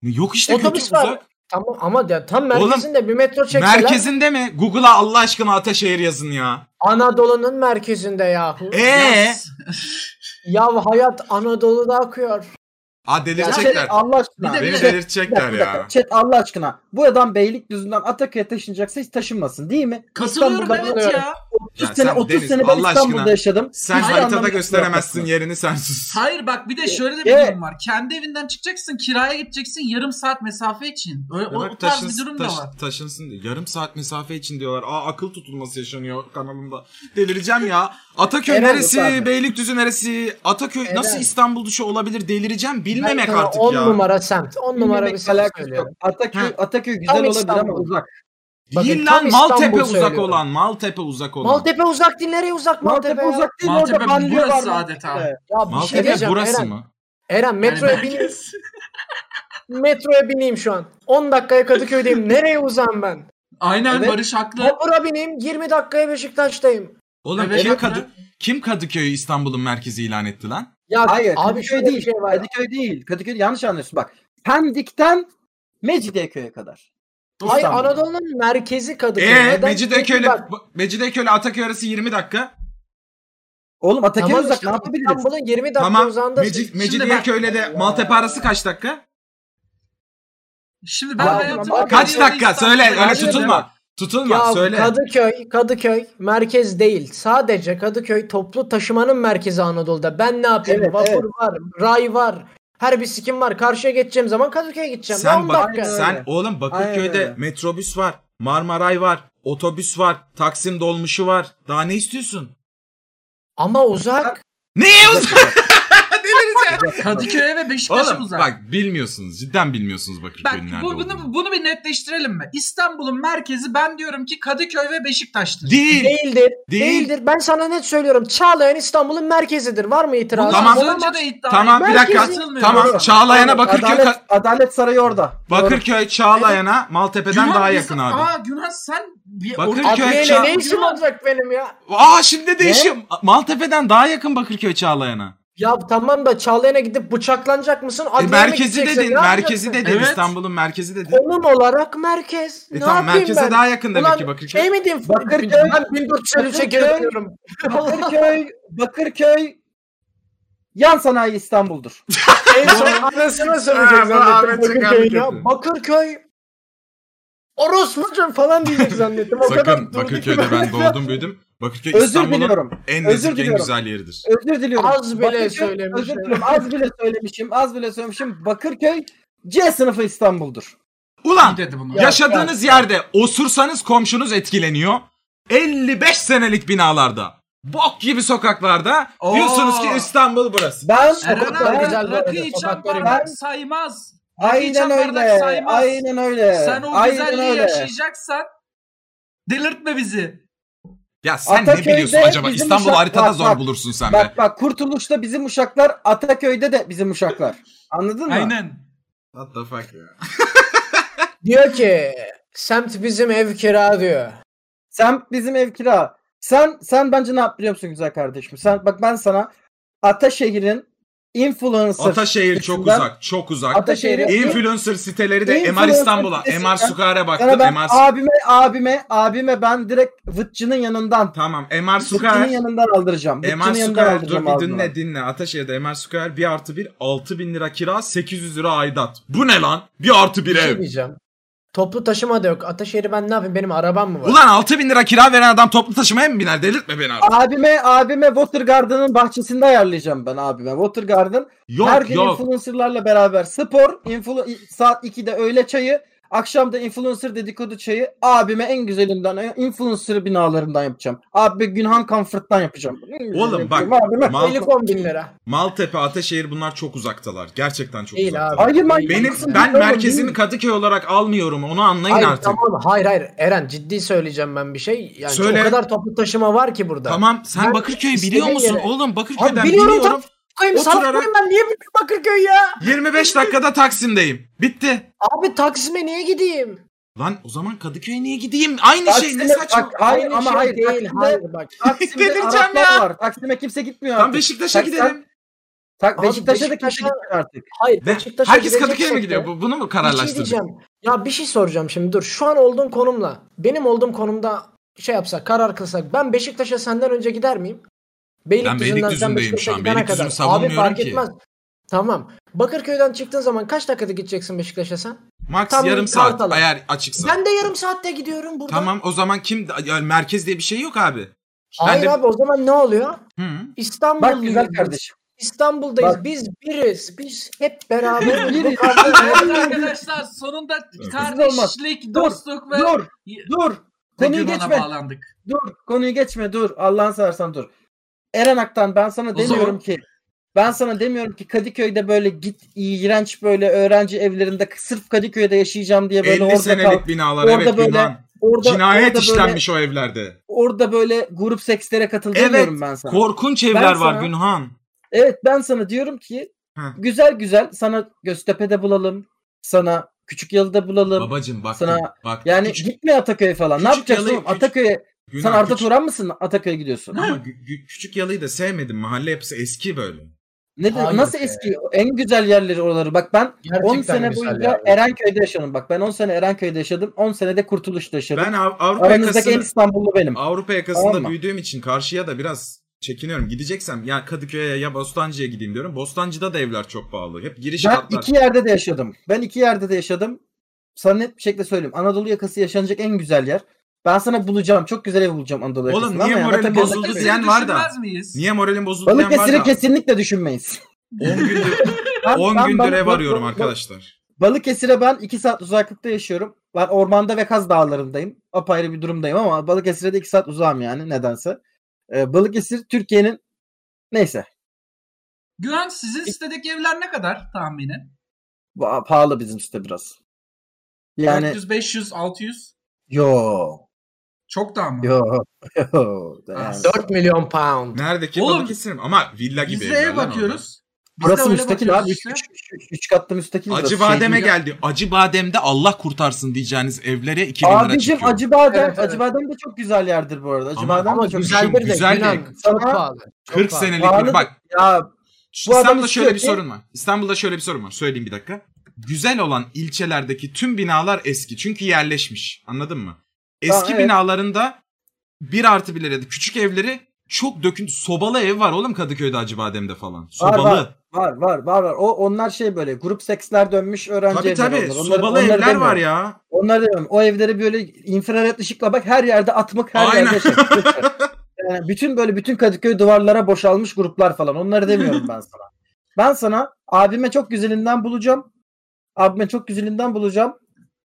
C: Yok işte
E: Otobüs
C: kötü
E: var.
C: uzak.
E: Tamam ama ya tam
C: Oğlum,
E: merkezinde bir metro çekseler
C: Merkezinde mi? Google'a Allah aşkına Ataşehir yazın ya.
E: Anadolu'nun merkezinde yahu.
C: Ee,
D: Yes.
E: Ya hayat Anadolu'da akıyor.
C: a
B: Ya
D: Gerçekten.
B: şey,
C: delirtecekler.
B: Allah aşkına.
D: Bir de-
C: Beni
D: bir de-
C: delirtecekler
B: Bir dakika,
C: ya.
B: Chat Allah aşkına. Bu adam Beylikdüzü'nden Ataköy'e taşınacaksa hiç taşınmasın değil mi?
D: Katılıyorum
B: İstanbul'da
D: evet ya.
B: 30
C: Ya
B: sene
C: sen
B: 30
C: Deniz,
B: sene ben
C: Allah
B: İstanbul'da
C: aşkına.
B: yaşadım.
C: Sen
B: Hiçbir
C: haritada
B: anlamda
C: gösteremezsin
B: yok.
C: yerini sen sus.
D: Hayır bak bir
B: E?
D: de şöyle de bir
B: Evet.
D: durum var. Kendi evinden çıkacaksın kiraya gideceksin yarım saat mesafe için. Öyle, o,
C: Bak,
D: o tarz
C: taşıns-
D: bir durum
C: taş-
D: da var.
C: Taşınsın diye. Yarım saat mesafe için diyorlar. Aa akıl tutulması yaşanıyor kanalımda. Delireceğim ya. Ataköy
B: Eren
C: neresi?
B: yok abi.
C: Beylikdüzü neresi? Ataköy
E: Eren.
C: nasıl İstanbul dışı olabilir? Delireceğim.
E: Ben
C: Bilmemek
E: sana
C: artık
E: on
C: ya.
E: numara semt. 10 numara bir
B: Bilmemekle
E: semt
B: alakası yok.
E: söylüyorum.
B: Ataköy,
C: Ha.
B: Ataköy güzel
E: Tam
B: olabilir ama
E: İstanbul.
B: uzak.
C: Değil
E: Bakın,
C: lan
E: tam İstanbul
C: Maltepe uzak
E: söylüyorum.
C: olan. Maltepe uzak olan.
E: Maltepe uzak değil. Nereye uzak Maltepe,
B: Maltepe
E: ya?
B: uzak değil
D: Maltepe
B: orada banlıyor var.
D: burası
B: Maltepe'de.
D: adeta.
E: Ya bir şey
C: Maltepe
E: diyeceğim
C: burası
E: Eren.
C: mı?
E: Eren metroya,
D: Yani
E: bineyim,
D: merkez.
E: metroya bineyim şu an. 10 dakikaya Kadıköy'deyim. Nereye uzağım ben?
D: Aynen
B: Evet.
D: Barış haklı.
E: Vapura bineyim 20 dakikaya Beşiktaş'tayım.
C: Oğlum
D: Evet,
C: kim,
D: evet.
C: Kadı- kim Kadıköy'ü İstanbul'un merkezi ilan etti lan?
E: Ya
B: Hayır,
E: abi
B: Kadıköy
E: şöyle bir
B: değil.
E: şey var.
B: Kadıköy değil. Kadıköy yanlış anlıyorsun bak. Pendik'ten Mecidiyeköy'e kadar.
E: Hayır
B: İstanbul.
E: Anadolu'nun merkezi Kadıköy.
C: Eee
E: Neden?
C: Mecidiyeköy ile
E: Çünkü bak,
C: Mecidiyeköy ile Ataköy arası 20 dakika.
B: Oğlum Ataköy
E: tamam
B: uzak
E: işte,
B: ne yapabiliriz?
E: İstanbul'un 20 dakika
C: Tamam.
E: uzağında.
C: Meci-
D: bak-
C: Mecidiyeköy ile de Maltepe arası kaç dakika?
D: Şimdi ben
B: Abi,
D: hayatım
B: ama
C: Kaç dakika? Söyle. Öyle
B: Hayır,
C: tutulma. Tutulma.
E: Ya
C: söyle.
E: Kadıköy, Kadıköy merkez değil. Sadece Kadıköy toplu taşımanın merkezi Anadolu'da. Ben ne yapayım?
B: Evet,
E: Vapur
B: evet.
E: var, ray var. Her bir sikim var. Karşıya geçeceğim zaman Kadıköy'e gideceğim.
C: Sen
E: 10
C: bak-
E: dakika.
B: Aynen öyle.
C: Sen oğlum Bakırköy'de
B: Aynen öyle.
C: metrobüs var, Marmaray var, otobüs var, Taksim dolmuşu var. Daha ne istiyorsun?
E: Ama uzak.
C: Neye uzak?
D: Kadıköy'e ve Beşiktaş'a
C: Oğlum
D: uzak. Bak,
C: bak bilmiyorsunuz. Cidden bilmiyorsunuz
D: bak
C: Bakırköy'ün nerede
D: bu,
C: olduğunu.
D: bunu, bunu bir netleştirelim mi? İstanbul'un merkezi ben diyorum ki Kadıköy ve Beşiktaş'tır.
C: Değil.
E: Değildir.
C: Değil.
E: Değildir. Ben sana net söylüyorum. Çağlayan İstanbul'un merkezidir. Var mı
D: Bunu
E: itiraz?
C: Tamam.
D: az önce de iddia
C: Tamam bir
D: ettim.
C: dakika.
D: Katılmıyorum
C: Tamam
D: sana.
C: Çağlayan'a Bakırköy
B: Adalet,
C: Ka-
B: Adalet Sarayı
E: <laughs>
B: orada. Doğru.
C: Bakırköy Çağlayan'a Maltepe'den
D: Günhan
C: daha
D: biz-
C: yakın abi.
D: Aa Günhan sen bir
C: Bakırköy-
D: orada-
E: Adliyeyle
C: Çağ-
E: ne işim olacak benim ya?
C: Aa şimdi değişim. Maltepe'den daha yakın Bakırköy Çağlayan'a.
E: Ya tamam da Çağlayan'a gidip bıçaklanacak mısın?
C: E,
E: Adliyeye mi
C: merkezi
E: gideceksin?
C: dedin.
E: Ne
C: Merkezi
E: yapacaksın?
C: dedin.
D: Evet.
C: İstanbul'un merkezi dedin.
E: Konum olarak merkez.
C: E
E: ne
C: tamam
E: yapayım
C: merkeze
E: ben?
C: daha yakın demek
E: Ulan
C: ki Bakırköy.
E: şey mi diyeyim?
B: Bakırköy-
E: Ben 1453'e
B: Bakırköy-
E: geri dönüyorum.
B: Bakırköy, Bakırköy yan sanayi İstanbul'dur.
E: En son anasını
C: Ha,
E: söyleyecek
C: bu
E: zannettim
C: Ahmet'in
E: Bakırköy
C: kabrı.
E: ya. Bakırköy Orospucum falan diyecek zannettim. O kadar
C: Sakın
E: durdu ki
C: Bakırköy'de ben doğdum büyüdüm. Bakırköy
B: Özür
C: İstanbul'un
B: diliyorum.
C: en
B: Özür
C: nezih en
B: diliyorum.
C: güzel yeridir.
B: Özür diliyorum.
E: Az bile
B: Bakırköy-
E: söylemişim.
B: Özür diliyorum. Az bile söylemişim. Az bile söylemişim. Bakırköy C sınıfı İstanbul'dur.
C: Ulan
D: İyi dedi bunu.
E: Ya-
C: yaşadığınız yerde osursanız komşunuz etkileniyor. 55 senelik binalarda. bok gibi sokaklarda
D: Oo.
C: diyorsunuz ki İstanbul burası.
B: Ben
D: Eren
E: Sokaklar
D: abi
E: güzel bu
D: rakı
E: arada,
D: içen
E: sokaklar
D: bardak
B: güzel.
D: saymaz.
B: aynen
D: Bardak
B: öyle.
D: saymaz.
B: Aynen öyle.
D: Sen o
B: aynen
D: güzelliği
B: öyle.
D: yaşayacaksan delirtme bizi.
C: Ya sen
B: Ataköy'de
C: ne biliyorsun acaba?
B: bizim
C: İstanbul
B: uşak-
C: haritada
B: bak,
C: zor
B: bak.
C: bulursun sen be.
B: Bak bak Kurtuluş'ta bizim uşaklar, Ataköy'de de bizim uşaklar. Anladın mı?
D: Aynen.
C: What the fuck ya?
E: Diyor ki semt bizim ev kira diyor.
B: Sen bizim ev kira. Sen sen bence ne yap biliyor musun güzel kardeşim? Sen bak ben sana Ataşehir'in influencer
C: Ataşehir çok
B: kısmından-
C: uzak, çok uzak.
B: Ataşehir'in
C: Influencer siteleri de
B: Influencer
C: MR İstanbul'a,
B: sitesinden-
C: MR Sukar'a
B: sana
C: baktım.
B: ben
C: MR
B: abime abime abime ben direkt Vıtçı'nın yanından
C: Tamam, MR
B: Vıtçı'nın
C: Sukar.
B: yanından aldıracağım.
C: MR
B: Vıtçı'nın yanından
C: Sukar, dur
B: aldıracağım
C: bir
B: ağzına.
C: dinle dinle. Ataşehir'de MR Sukar 1 artı 1, 6 bin lira kira, 800 lira aidat. Bu ne lan? 1 artı 1
E: Bir şey
C: ev.
E: diyeceğim. Toplu taşıma da yok. Ataşehir'i ben ne yapayım? Benim arabam mı var?
C: Ulan 6 bin lira kira veren adam toplu taşımaya mı biner? Delirtme beni artık.
B: Abime abime Water Garden'ın bahçesinde ayarlayacağım ben abime. Water Garden
C: Yok
B: her gün
C: yok.
B: influencerlarla beraber spor, influ- saat 2'de öğle çayı, akşam da influencer dedikodu çayı. Abime en güzelinden e, influencer binalarından yapacağım. Abi Günhan Comfort'tan yapacağım. En güzelini
C: Oğlum
B: yapacağım.
C: bak,
B: Abime-
C: mal-
E: 50 bin lira.
C: Maltepe, Ataşehir bunlar çok uzaktalar. Gerçekten çok
E: Değil
C: uzaktalar.
E: abi.
B: Hayır lan,
E: Değil.
C: Benim
B: Haklısın,
C: ben
B: doğru,
C: merkezini
B: değil.
C: Kadıköy olarak almıyorum. Onu anlayın
E: Hayır
C: artık. Tamam,
E: tamam hayır hayır Eren ciddi söyleyeceğim ben bir şey. Yani
C: Söyle.
E: o kadar toplu taşıma var ki burada.
C: sen
E: Ben
C: Bakırköy'ü biliyor
E: istediğim
C: musun?
E: yere-
C: Oğlum Bakırköy'den
E: Abi biliyorum,
C: biliyorum.
E: Bakayım salak
C: oturarak-
E: mıyım ben niye bütün Bakırköy ya?
C: 25 dakikada Taksim'deyim. Bitti.
E: Abi Taksim'e niye gideyim?
C: Lan o zaman Kadıköy'e niye gideyim? Aynı şey ne
B: Taksim'e-
C: saçma.
B: bak, hayır
E: Aynı
B: ama
E: şey
B: hayır.
E: değil.
B: Taksim'de,
E: Hayır bak.
C: <laughs>
B: Taksim'de
C: Delireceğim
B: Araplar
C: ya.
B: var. Taksim'e kimse gitmiyor
C: Tam
B: artık.
C: Beşiktaş'a
B: Taksim-
C: gidelim.
B: Tak,
E: Abi
B: Beşiktaş'a da kimse
E: Beşiktaş'a-
C: <laughs>
B: gitmiyor artık.
E: Hayır
C: Ne?
E: Beşiktaş'a
C: Herkes Kadıköy'e mi
E: gideceksek
C: gidiyor?
E: de-
C: Bu- Bunu mu
E: Bir şey
C: kararlaştırdık?
E: diyeceğim. Ya bir şey soracağım şimdi dur. Şu an olduğun konumla benim olduğum konumda şey yapsak karar kılsak ben Beşiktaş'a senden önce gider miyim? Beylikdüzü'nden sen
C: Beylikdüzü'ndeyim
E: Beşiktaş'a
C: şu an.
E: gidene
C: Beylikdüzü'nü
E: kadar. Abi
C: savunmuyorum
E: fark
C: ki.
E: etmez. Tamam. Bakırköy'den çıktığın zaman kaç dakikada gideceksin Beşiktaş'a sen?
C: Max
E: Tam
C: yarım saat
E: Kartal'a.
C: eğer açıksa.
E: Ben de yarım saatte gidiyorum buradan.
C: Tamam o zaman kim yani merkez diye bir şey yok abi. Ben
E: Hayır
C: de-
E: abi o zaman ne oluyor?
C: Hı.
E: İstanbul'dayız.
B: Bak güzel kardeşim.
E: İstanbul'dayız.
B: Bak.
E: Biz biriz. Biz
C: <laughs>
E: hep beraber.
B: Biriz.
D: Evet arkadaşlar sonunda kardeşlik, dostluk ve
B: Dur, dur. Konuyu
D: Bugün ona
B: geçme.
D: bağlandık.
B: Dur konuyu geçme dur. Allah'ını seversen dur. Eren Aktan ben sana
D: O
B: demiyorum
D: zaman-
B: ki ben sana demiyorum ki Kadıköy'de böyle git iğrenç böyle öğrenci evlerinde sırf Kadıköy'de yaşayacağım diye böyle
C: 50
B: orada
C: senelik
B: kal.
C: binalar
B: Orada
C: evet
B: böyle-
C: Yunan.
B: Orada,
C: Cinayet
B: orada
C: işlenmiş o evlerde.
B: Böyle, orada böyle grup sekslere katıl
C: Evet,
B: demiyorum ben sana.
C: Korkunç evler var
B: sana-
C: Günhan.
B: Evet ben sana diyorum ki
C: Heh.
B: güzel güzel sana Göztepe'de bulalım. Sana Küçükyalı'da bulalım.
C: Babacım bak
B: Sana-
C: bak.
B: yani
C: küçük-
B: gitme Ataköy'e falan. Ne
C: Küçük
B: yapacaksın?
C: Yalı-
B: oğlum?
C: Küçük-
B: Ataköy'e.
C: Günhan,
B: Sen Arda
C: küçük-
B: Turan mısın? Ataköy'e gidiyorsun.
C: Ama gü- gü- küçük yalıyı da sevmedim. Mahalle yapısı eski böyle.
B: Ne de-
E: Hayır
B: nasıl
E: be.
B: eski? En güzel yerleri oraları. Bak ben 10 sene boyunca Erenköy'de yaşadım. Bak ben 10 sene Erenköy'de yaşadım. 10 senede Kurtuluş'ta yaşadım.
C: Ben Av- Avrupa
B: Aranızdaki en
C: yakasını
B: İstanbullu benim.
C: Avrupa yakasında
B: Tamam mı?
C: büyüdüğüm için karşıya da biraz çekiniyorum. Gideceksem ya Kadıköy'e ya Bostancı'ya gideyim diyorum. Bostancı'da da evler çok pahalı. Hep giriş
B: Ben
C: katlar.
B: iki yerde de yaşadım. Ben iki yerde de yaşadım. Sana net bir şekilde söyleyeyim. Anadolu yakası yaşanacak en güzel yer. Ben sana bulacağım. Çok güzel ev bulacağım Anadolu
C: Oğlum,
B: yakasında.
C: niye
B: ama
C: moralim
B: Ataköy'de-
C: bozuldu
D: Balıkesir'i
C: diyen var da.
D: düşünmez miyiz?
C: Niye moralim bozuldu diyen var
B: Balıkesir'i
C: da.
B: kesinlikle düşünmeyiz.
C: 10 gündür,
B: <laughs> Ben-
C: 10
B: ben
C: gündür
B: Balık-
C: ev arıyorum
B: Balık-
C: arkadaşlar.
B: Balıkesir'e ben 2 saat uzaklıkta yaşıyorum. Ben ormanda ve Kaz Dağları'ndayım. Apayrı bir durumdayım ama Balıkesir'e de 2 saat uzağım yani nedense. Ee, Balıkesir Türkiye'nin neyse
D: Güven sizin sitedeki evler ne kadar tahminen?
B: ba- pahalı bizim site biraz. Yani
D: Yani 400, 500, 600
B: yo
D: çok daha mı?
B: yo yo. Yani.
D: Ah,
E: 4 milyon pound.
C: Neredeki
D: Oğlum,
C: Balıkesir mi? Ama villa gibi
D: Biz de
C: evler
D: ev
C: lan orada.
D: bakıyoruz. Biz de
B: Burası
D: öyle
B: müstakil
D: bakıyoruz
B: abi. 3
D: işte.
B: katlı müstakil burası.
C: Acı
B: Şey
C: bademe
B: değil.
C: geldi. Acı bademde Allah kurtarsın diyeceğiniz evlere 2000 lira
B: Abicim
C: çıkıyor.
B: Acı Badem,
E: Evet, evet.
B: Acı Badem de çok güzel yerdir bu arada. Acı
C: Ama-
B: Badem
E: Ama
B: de çok şey
C: güzel-
E: güzeldir de
C: güzel de-
E: Yunan çok
B: Sana-
E: pahalı.
C: 40
E: Çok pahalı.
C: senelik
B: Pahalı
C: bir bak.
B: Ya Bu adam
C: İstanbul'da şöyle
B: istiyor
C: bir
B: ki-
C: sorun var. İstanbul'da şöyle bir sorun var. Söyleyeyim bir dakika. Güzel olan ilçelerdeki tüm binalar eski. Çünkü yerleşmiş. Anladın mı? Eski
B: evet.
C: binalarında bir artı bir ya da küçük evleri çok döküntü. Sobalı ev var oğlum Kadıköy'de Acıbadem'de falan. Sobalı.
B: var. var var var var. O onlar şey böyle grup seksler dönmüş öğrenci
C: Tabii
B: evleri
C: tabii.
B: onlar. Onları-
C: Sobalı
B: onları
C: evler
B: demiyorum.
C: var ya.
B: Onlar demiyorum. O evleri böyle infrared ışıkla bak her yerde atmak her
C: Aynen.
B: yerde şey. <laughs> yani bütün böyle bütün Kadıköy duvarlara boşalmış gruplar falan. Onları demiyorum ben sana. Ben sana abime çok güzelinden bulacağım. Abime çok güzelinden bulacağım.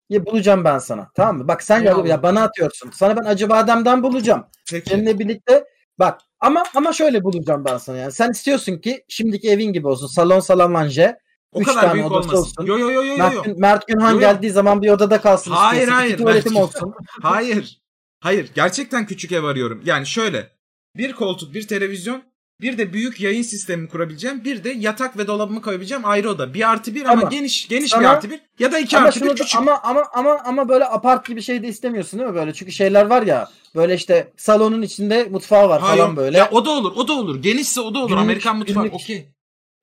B: Ya bulacağım ben sana. Tamam mı? Bak sen ya,
E: Eyvallah.
B: ya bana atıyorsun. Sana ben Acıbadem'den bulacağım.
C: Peki.
B: Seninle birlikte bak Ama ama şöyle bulacağım ben sana yani. Sen istiyorsun ki şimdiki evin gibi olsun. Salon salamanje.
C: O
B: Üç
C: kadar
B: tane
C: büyük
B: odası
C: olmasın.
B: olsun.
C: Yo yo yo yo yo.
B: Mert,
C: yo.
B: Gün- Mert Günhan
C: Yo, yo.
B: geldiği zaman bir odada kalsın
C: Hayır,
B: istiyorsun.
C: hayır,
B: İki tuvaletim
C: Mert-
B: olsun.
C: Hayır. Hayır. Gerçekten küçük ev arıyorum. Yani şöyle. Bir koltuk, bir televizyon, bir de büyük yayın sistemi kurabileceğim. Bir de yatak ve dolabımı koyabileceğim ayrı oda. Bir artı bir ama,
B: Ama
C: geniş geniş bir
B: sana-
C: artı bir ya da iki
B: Ama,
C: artı
B: şunu
C: bir
B: da,
C: küçük.
B: ama ama ama ama böyle apart gibi şey de istemiyorsun değil mi böyle? Çünkü şeyler var ya böyle işte salonun içinde mutfağı var
C: Hayır.
B: falan böyle.
C: Ya o da olur, o da olur. Genişse o da olur.
B: Günlük-
C: Amerikan mutfağı.
B: günlük-
C: Okey.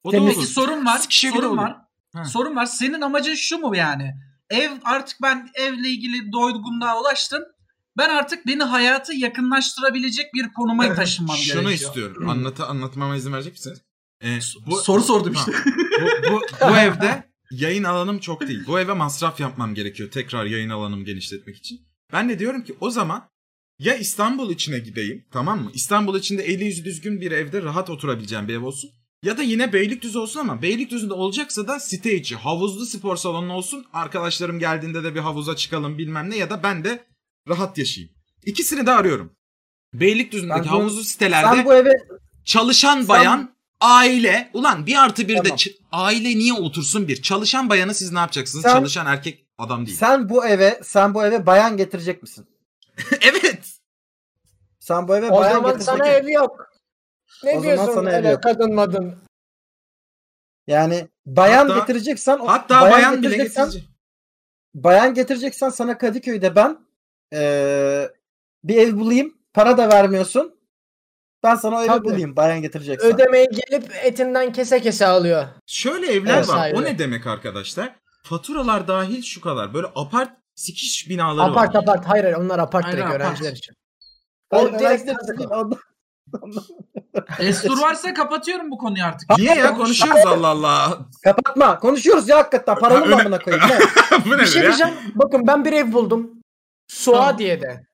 C: O da
B: Temiz-
C: olur.
D: Peki sorun var.
C: Sıkışabilir
D: sorun
C: olur.
D: var.
C: Ha.
D: Sorun var. Senin amacın şu mu yani? Ev artık ben evle ilgili doygunluğa ulaştım. Ben artık beni hayatı yakınlaştırabilecek bir konuma taşınmam
C: Şunu
D: gerekiyor.
C: istiyorum. Anlata, anlatmama izin verecek misiniz? Ee,
D: Soru sordum işte.
C: Ha, bu, bu, bu evde yayın alanım çok değil. Bu eve masraf yapmam gerekiyor tekrar yayın alanımı genişletmek için. Ben de diyorum ki o zaman ya İstanbul içine gideyim tamam mı? İstanbul içinde eli yüzü düzgün bir evde rahat oturabileceğim bir ev olsun. Ya da yine Beylikdüzü olsun ama Beylikdüzü'nde olacaksa da site içi havuzlu spor salonu olsun. Arkadaşlarım geldiğinde de bir havuza çıkalım bilmem ne ya da ben de rahat yaşayayım. İkisini de arıyorum. Beylikdüzü'ndeki
B: Sen bu-
C: havuzlu sitelerde
B: Sen bu eve
C: Çalışan bayan, aile. Ulan bir artı bir de
B: Tamam.
C: ç- aile niye otursun bir? Çalışan bayanı siz ne yapacaksınız?
B: Sen-
C: Çalışan erkek adam değil.
B: sen bu eve sen bu eve bayan getirecek misin?
C: <laughs> evet.
B: Sen bu eve
E: O
B: bayan
E: zaman
B: getirecek
E: sana
B: misin?
E: ev yok. Ne
B: O zaman
E: diyorsun
B: sana ev
E: öyle
B: yok.
E: kadın madın?
B: Yani bayan
C: Hatta-
B: getireceksen o-
C: Hatta bayan, bile
B: getireceksen
C: getirecek.
B: bayan getireceksen sana Kadıköy'de ben eee, bir ev bulayım. Para da vermiyorsun. Ben sana o evi
E: Tabii.
B: bulayım bayan getireceksen.
E: Ödemeyi gelip etinden kese kese alıyor.
C: Şöyle evler
E: Evet,
C: var.
E: sahibi.
C: O ne demek arkadaşlar? Faturalar dahil şu kadar. Böyle apart sikiş binaları
E: Apart
C: var.
E: apart. Hayır hayır onlar apart
D: Aynen,
E: direkt
D: apart.
E: öğrenciler için.
B: Ben
E: O
B: öğrenciler
E: direkt
B: için
E: kazık o.
B: değil, ondan-
D: Destur varsa kapatıyorum bu konuyu artık.
C: Niye ya konuşuyoruz Allah Allah. <laughs>
B: Kapatma. Konuşuyoruz ya hakikaten. Paralı mı
C: Öyle-
B: amına koyayım? Ne?
C: Bu
E: Bir
C: nedir
E: şey
C: ya?
E: diyeceğim. Bakın ben bir ev buldum. Suadiye'de.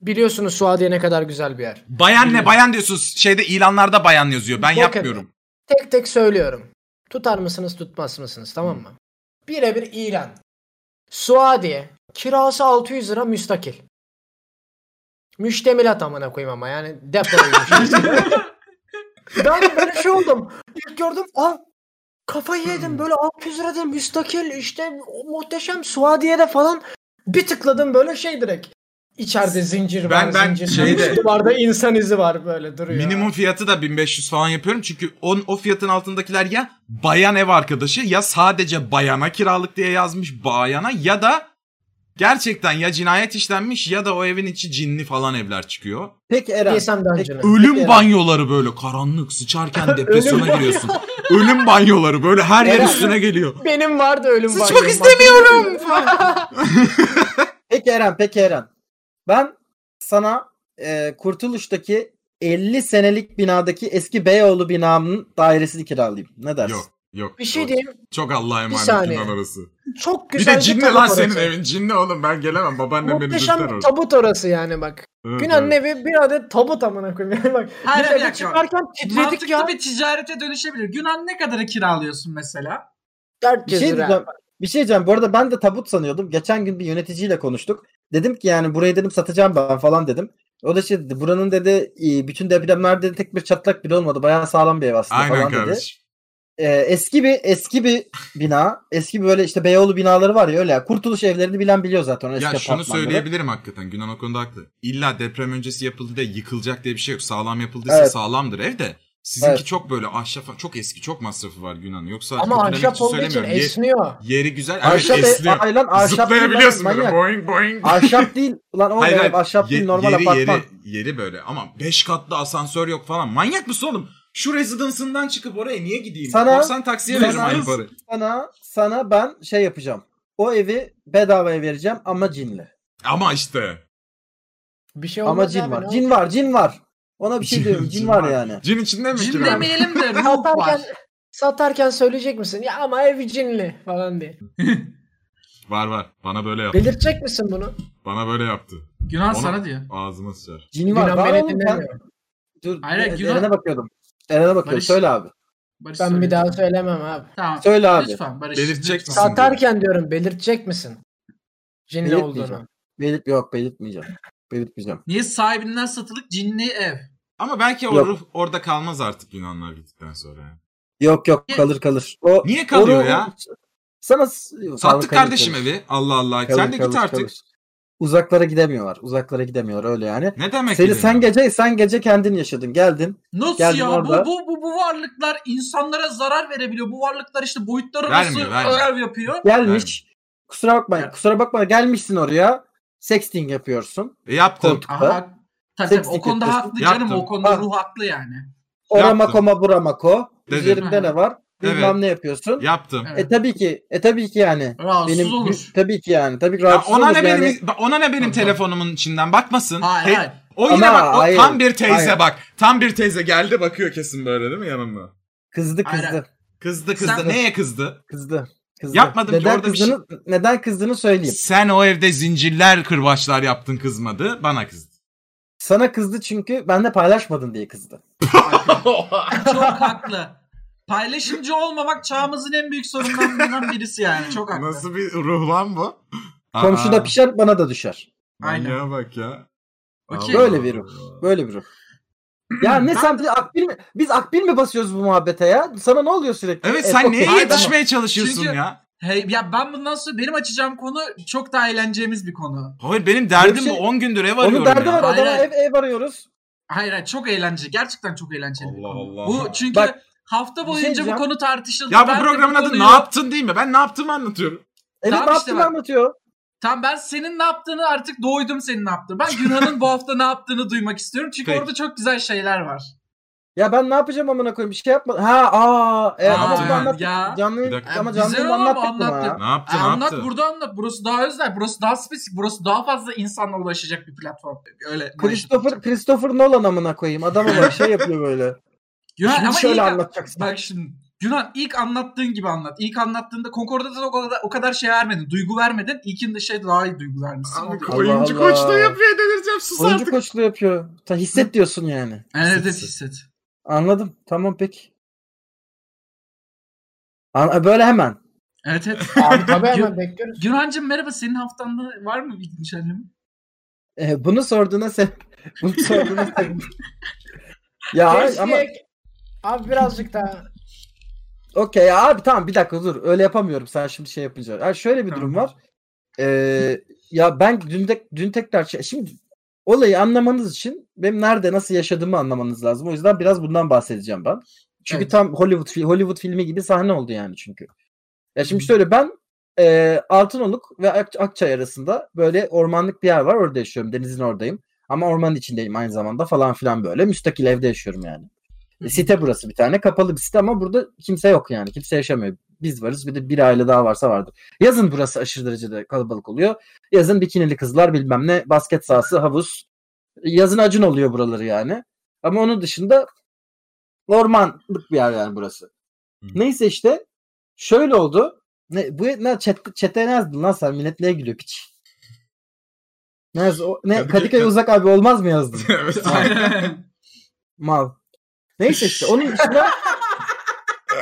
E: Biliyorsunuz Suadiye ne kadar güzel bir yer.
C: Bayan ne bayan diyorsunuz. Şeyde ilanlarda bayan yazıyor. Ben
E: Bakın.
C: yapmıyorum.
E: Tek tek söylüyorum. Tutar mısınız tutmaz mısınız tamam mı? Birebir ilan. Suadiye. Kirası 600 lira müstakil. Müştemilat amına koyayım ama yani
C: <laughs>
E: depoymuş. ben de böyle şey oldum. İlk gördüm al kafayı
C: Hmm.
E: yedim böyle 600 lira dedim müstakil işte muhteşem Suadiye'de falan bir tıkladım böyle şey direkt. İçeride zincir
C: Ben-
E: var,
C: ben
E: zincir
C: şeyde-
E: var. Duvarda insan izi var böyle duruyor.
C: Minimum fiyatı da 1500 falan yapıyorum. Çünkü on, o fiyatın altındakiler ya bayan ev arkadaşı ya sadece bayana kiralık diye yazmış bayana ya da gerçekten ya cinayet işlenmiş ya da o evin içi cinli falan evler çıkıyor.
B: Peki Eren.
E: DSM Dungeon'ı.
C: Ölüm
B: Peki,
C: banyoları böyle karanlık
E: <laughs>
C: sıçarken depresyona giriyorsun. Ölüm banyoları böyle her yer
B: Eren.
C: üstüne geliyor.
E: Benim vardı ölüm
C: Sıçmak
E: banyom.
C: istemiyorum.
B: Peki Eren. Peki Eren. Ben sana e, Kurtuluş'taki 50 senelik binadaki eski Beyoğlu binamın dairesini kiralayayım. Ne dersin?
C: Yok yok.
E: <laughs> Bir şey
C: yok.
E: diyeyim.
C: Çok Allah'a emanet
E: saniye.
C: inan arası.
E: Çok
C: Bir
E: güzel
C: de cinli
E: tabut
C: lan
E: orası.
C: senin evin. Cinli oğlum ben gelemem. Babaannem beni dürter
E: Muhteşem bir
C: orada.
E: tabut orası yani bak.
C: Evet,
E: Günah'ın
C: evet.
E: evi bir adet tabut amına koyayım. Yani bak.
D: Hayır,
E: biz
D: bir
E: eve
D: dakika.
E: çıkarken
D: Mantıklı
E: titredik ya.
D: bir ticarete dönüşebilir. Günan ne kadara kiralıyorsun mesela?
E: 400
B: Bir şey
E: lira.
B: diyeceğim. Bir şey diyeceğim. Bu arada ben de tabut sanıyordum. Geçen gün bir yöneticiyle konuştuk. Dedim ki yani burayı dedim satacağım ben falan dedim. O da şey dedi buranın dedi e, bütün depremlerde tek bir çatlak bile olmadı. Bayağı sağlam bir ev aslında
C: Aynen
B: falan dedi.
C: kardeşim.
B: Ee, eski bir eski bir bina. Eski bir böyle işte Beyoğlu binaları var ya öyle. ya, Kurtuluş evlerini bilen biliyor zaten. o Eski
C: Ya şunu
B: apartmanları.
C: söyleyebilirim hakikaten. Günan o konuda haklı. İlla deprem öncesi yapıldı diye yıkılacak diye bir şey yok. Sağlam yapıldıysa
B: Evet.
C: sağlamdır ev de. Sizinki
B: Evet.
C: çok böyle ahşap, çok eski, çok masrafı var Günan'ın. Yoksa
E: Ama
C: kötülemek
E: ahşap olduğu için
C: söylemiyorum. Ye-
E: esniyor.
C: yeri güzel.
B: Ahşap
C: evet,
B: ev,
C: esniyor.
B: ay lan ahşap değil lan,
C: Zıplayabiliyorsun böyle.
B: manyak.
C: Boing boing.
B: Ahşap değil. Ulan o
C: Hayır,
B: ev
C: hayır.
B: ahşap değil
C: Ye-
B: normal
C: yeri,
B: apartman.
C: Yeri, yeri böyle ama 5 katlı asansör yok falan. Manyak mısın oğlum? Şu residence'ından çıkıp oraya niye gideyim?
B: Sana-
C: Korsan taksiye
B: sana-
C: veririm aynı parayı.
B: Sana sana ben şey yapacağım. O evi bedavaya vereceğim ama cinli.
C: Ama işte.
E: Bir şey olmaz
B: Ama cin
E: abi, ne
B: var.
E: olur.
B: Cin var, cin var. Ona bir şey diyorum. Cin var yani.
C: Cin içinde mi?
D: Cin
C: Günan?
D: demeyelim de ruh var.
E: Satarken, satarken söyleyecek misin? Ya ama evi cinli falan diye.
C: Var var. Bana böyle yaptı.
E: Belirtecek misin bunu?
C: Bana böyle yaptı.
D: Günan
C: Onu-
D: sana diyor.
C: Ağzıma sıçar.
B: Cin var.
E: Günan
B: Var
E: beni
B: oğlum ben.
E: dinlemiyor.
B: Dur.
D: Hayır,
B: e-
D: Yunan-
B: Eren'e bakıyordum. Eren'e bakıyordum.
D: Barış-
B: Söyle abi.
D: Barış
E: Ben
D: söylüyor.
E: bir daha söylemem abi.
D: Tamam.
B: Söyle abi.
D: Lütfen Barış.
C: Belirtecek
D: lütfen.
C: misin?
E: Satarken diyorum belirtecek misin? Cinli
B: Belirtmeyeceğim.
E: olduğunu.
B: Belirt yok belirtmeyeceğim. Belirtmeyeceğim.
D: Niye sahibinden satılık cinli ev?
C: Ama belki o
B: Yok.
C: ruh orada kalmaz artık Yunanlar gittikten sonra. ya.
B: Yok yok kalır kalır. O
C: Niye kalıyor
B: o-
C: ya?
B: Sana
C: Sattık kardeşim evi. Allah Allah. sen de git artık.
B: Uzaklara gidemiyorlar. Uzaklara gidemiyorlar öyle yani.
C: Ne demek
B: Seni
C: gidin
B: sen
C: ya?
B: gece sen gece kendin yaşadın. Geldin.
D: Nasıl
B: Geldim
D: ya?
B: orada.
D: Bu, bu, bu, bu varlıklar insanlara zarar verebiliyor. Bu varlıklar işte boyutlar arası
C: Vermiyor, vermiyor.
D: örev yapıyor.
B: Gelmiş. Kusura bakma.
D: Evet.
B: Kusura bakma. Gelmişsin oraya. Sexting yapıyorsun.
C: E, yaptım.
B: Koltuk.
D: Aha. Tabii tabii,
B: Seks
D: o konuda
B: diktatörü.
D: haklı
C: Yaptım.
D: canım. O konuda
B: Ha.
D: ruh haklı yani.
B: Orama koma burama ko.
C: Dedim.
B: Üzerinde ne var? Bilmem
C: Evet.
B: ne yapıyorsun.
C: Yaptım.
D: Evet.
B: E tabii ki. E tabii ki yani.
D: Rahatsız
B: Benim
D: olur.
B: tabii ki yani. Tabii ki
C: Ya
B: rahatsız
C: ona
B: olur
C: ne
B: yani.
C: benim ona ne benim telefonumun içinden bakmasın.
D: Hayır
C: Te-
D: hayır.
C: O yine
B: Ama
C: bak o
B: hayır,
C: tam bir teyze
B: hayır.
C: bak. Tam bir teyze geldi bakıyor kesin böyle değil mi yanımda?
B: Kızdı
D: Aynen.
B: kızdı.
C: Kızdı kızdı.
D: Sen-
C: Neye kızdı?
B: Kızdı. Kızdı.
C: Yapmadım ki,
B: neden
C: orada bir şey-
B: kızdığını, Neden kızdığını söyleyeyim.
C: Sen o evde zincirler kırbaçlar yaptın kızmadı. Bana kızdı.
B: Sana kızdı çünkü benle paylaşmadın diye kızdı.
D: Çok haklı. Paylaşımcı olmamak çağımızın en büyük sorunlarından birisi yani. Çok haklı.
C: Nasıl bir ruh lan bu?
B: Komşuda
C: Aa,
B: pişer bana da düşer.
D: Aynen.
C: manyağa bak ya.
D: Okey.
B: Böyle bir ruh. Böyle bir ruh. Ya ne sen bir akbil mi? Biz akbil mi basıyoruz bu muhabbete ya? Sana ne oluyor sürekli?
C: Evet
B: E,
C: sen
B: okey.
C: neye
D: Hayır,
C: yetişmeye çalışıyorsun
D: Çünkü-
C: ya?
D: Hey, ya ben bundan sonra benim açacağım konu çok daha eğleneceğimiz bir konu.
C: Hayır benim derdim
B: Böyle bir
C: bu.
B: şey-
C: 10 gündür ev arıyorum
B: Onu derdi
C: ya.
B: var
D: Hayır,
B: adama
D: hayır.
B: ev, ev arıyoruz.
D: Hayır hayır çok eğlenceli. Gerçekten çok eğlenceli bir
C: Allah
D: konu.
C: Allah.
D: Bu çünkü
B: Bak,
D: hafta
B: şey
D: boyunca bu
B: diyeceğim.
D: konu tartışıldı.
C: Ya
D: Ben de
C: bu programın adı
D: konuyu-
C: ne yaptın değil mi? Ben ne yaptığımı anlatıyorum.
B: Evet
D: Tamam
B: ne
D: işte
B: yaptığını
D: bak.
B: anlatıyor.
D: Tamam ben senin ne yaptığını artık doydum senin ne yaptığını. Ben Günhan'ın bu hafta ne yaptığını duymak istiyorum. Çünkü
C: Peki.
D: orada çok güzel şeyler var.
B: Ya ben ne yapacağım amına koyayım bir şey yapma. Ha aa e,
D: Aa,
B: ama bunu
C: yani,
B: anlattık.
D: ya.
B: Canlı,
C: Bir dakika.
B: ama
D: E,
B: canlı
D: güzel
B: yayında
D: ama
B: anlattık bunu
D: anlattık.
B: ha.
C: Ne yaptı
D: E,
C: ne
D: anlat
C: yaptı?
D: burada anlat. Burası daha özel. Burası daha spesifik. Burası daha fazla insanla ulaşacak bir platform. Öyle. şey
B: Christopher, Christopher Nolan amına koyayım. Adam bak şey yapıyor
D: <laughs>
B: böyle.
D: Günhan,
B: Şimdi
D: ama
B: şöyle
D: ilk-
B: anlatacaksın.
D: Bak şimdi Yunan ilk anlattığın gibi anlat. İlk anlattığında Concorda'da da o kadar, o kadar şey vermedin. Duygu vermedin. İlkinde şey daha iyi duygu vermişsin.
C: Abi,
D: Oldu.
B: Allah
C: oyuncu
B: Allah.
C: koçluğu yapıyor delireceğim sus
B: Oyuncu <laughs>
C: artık.
B: koçluğu yapıyor. Ta hisset diyorsun yani.
D: Yani
C: Hisset,
D: evet
C: hisset.
D: hisset.
B: Anladım. Tamam peki. An- e, böyle hemen.
D: Evet evet. <laughs>
E: Abi tabii hemen
D: Yun-
E: bekliyoruz.
D: Yunan'cığım merhaba senin haftanda var mı bir <laughs> nişanlım?
B: E, bunu sorduğuna sen <laughs> bunu sorduğuna sen Ya
E: Keşke-
B: ama
E: Abi birazcık daha.
B: okey ya abi tamam bir dakika dur. Öyle yapamıyorum. Sen şimdi şey yapınca. Ha, şöyle bir durum
D: Tamam.
B: var. Ee, ya ben dün de, dün tekrar şey- şimdi olayı anlamanız için benim nerede nasıl yaşadığımı anlamanız lazım. O yüzden biraz bundan bahsedeceğim ben. Çünkü
D: Evet.
B: tam Hollywood fi- Hollywood filmi gibi sahne oldu yani çünkü. Ya şimdi şöyle ben e, Altınoluk ve Ak- Akçay arasında böyle ormanlık bir yer var. Orada yaşıyorum. Denizin oradayım. Ama ormanın içindeyim aynı zamanda falan filan böyle. Müstakil evde yaşıyorum yani. E, site burası bir tane. Kapalı bir site ama burada kimse yok yani. Kimse yaşamıyor. Biz varız. Bir de bir aile daha varsa vardır. Yazın burası aşırı derecede kalabalık oluyor. Yazın bikinili kızlar bilmem ne basket sahası havuz. Yazın acın oluyor buraları yani. Ama onun dışında ormanlık bir yer yani burası.
C: Hı.
B: Neyse işte şöyle oldu. Ne, bu ne chat, chat'e ne yazdın lan sen? Millet neye gülüyor piç? Ne, yaz- o- ne
C: Kadıköy-
B: Kadıköy uzak abi olmaz mı yazdın?
C: Evet.
B: Mal. Neyse işte onun dışında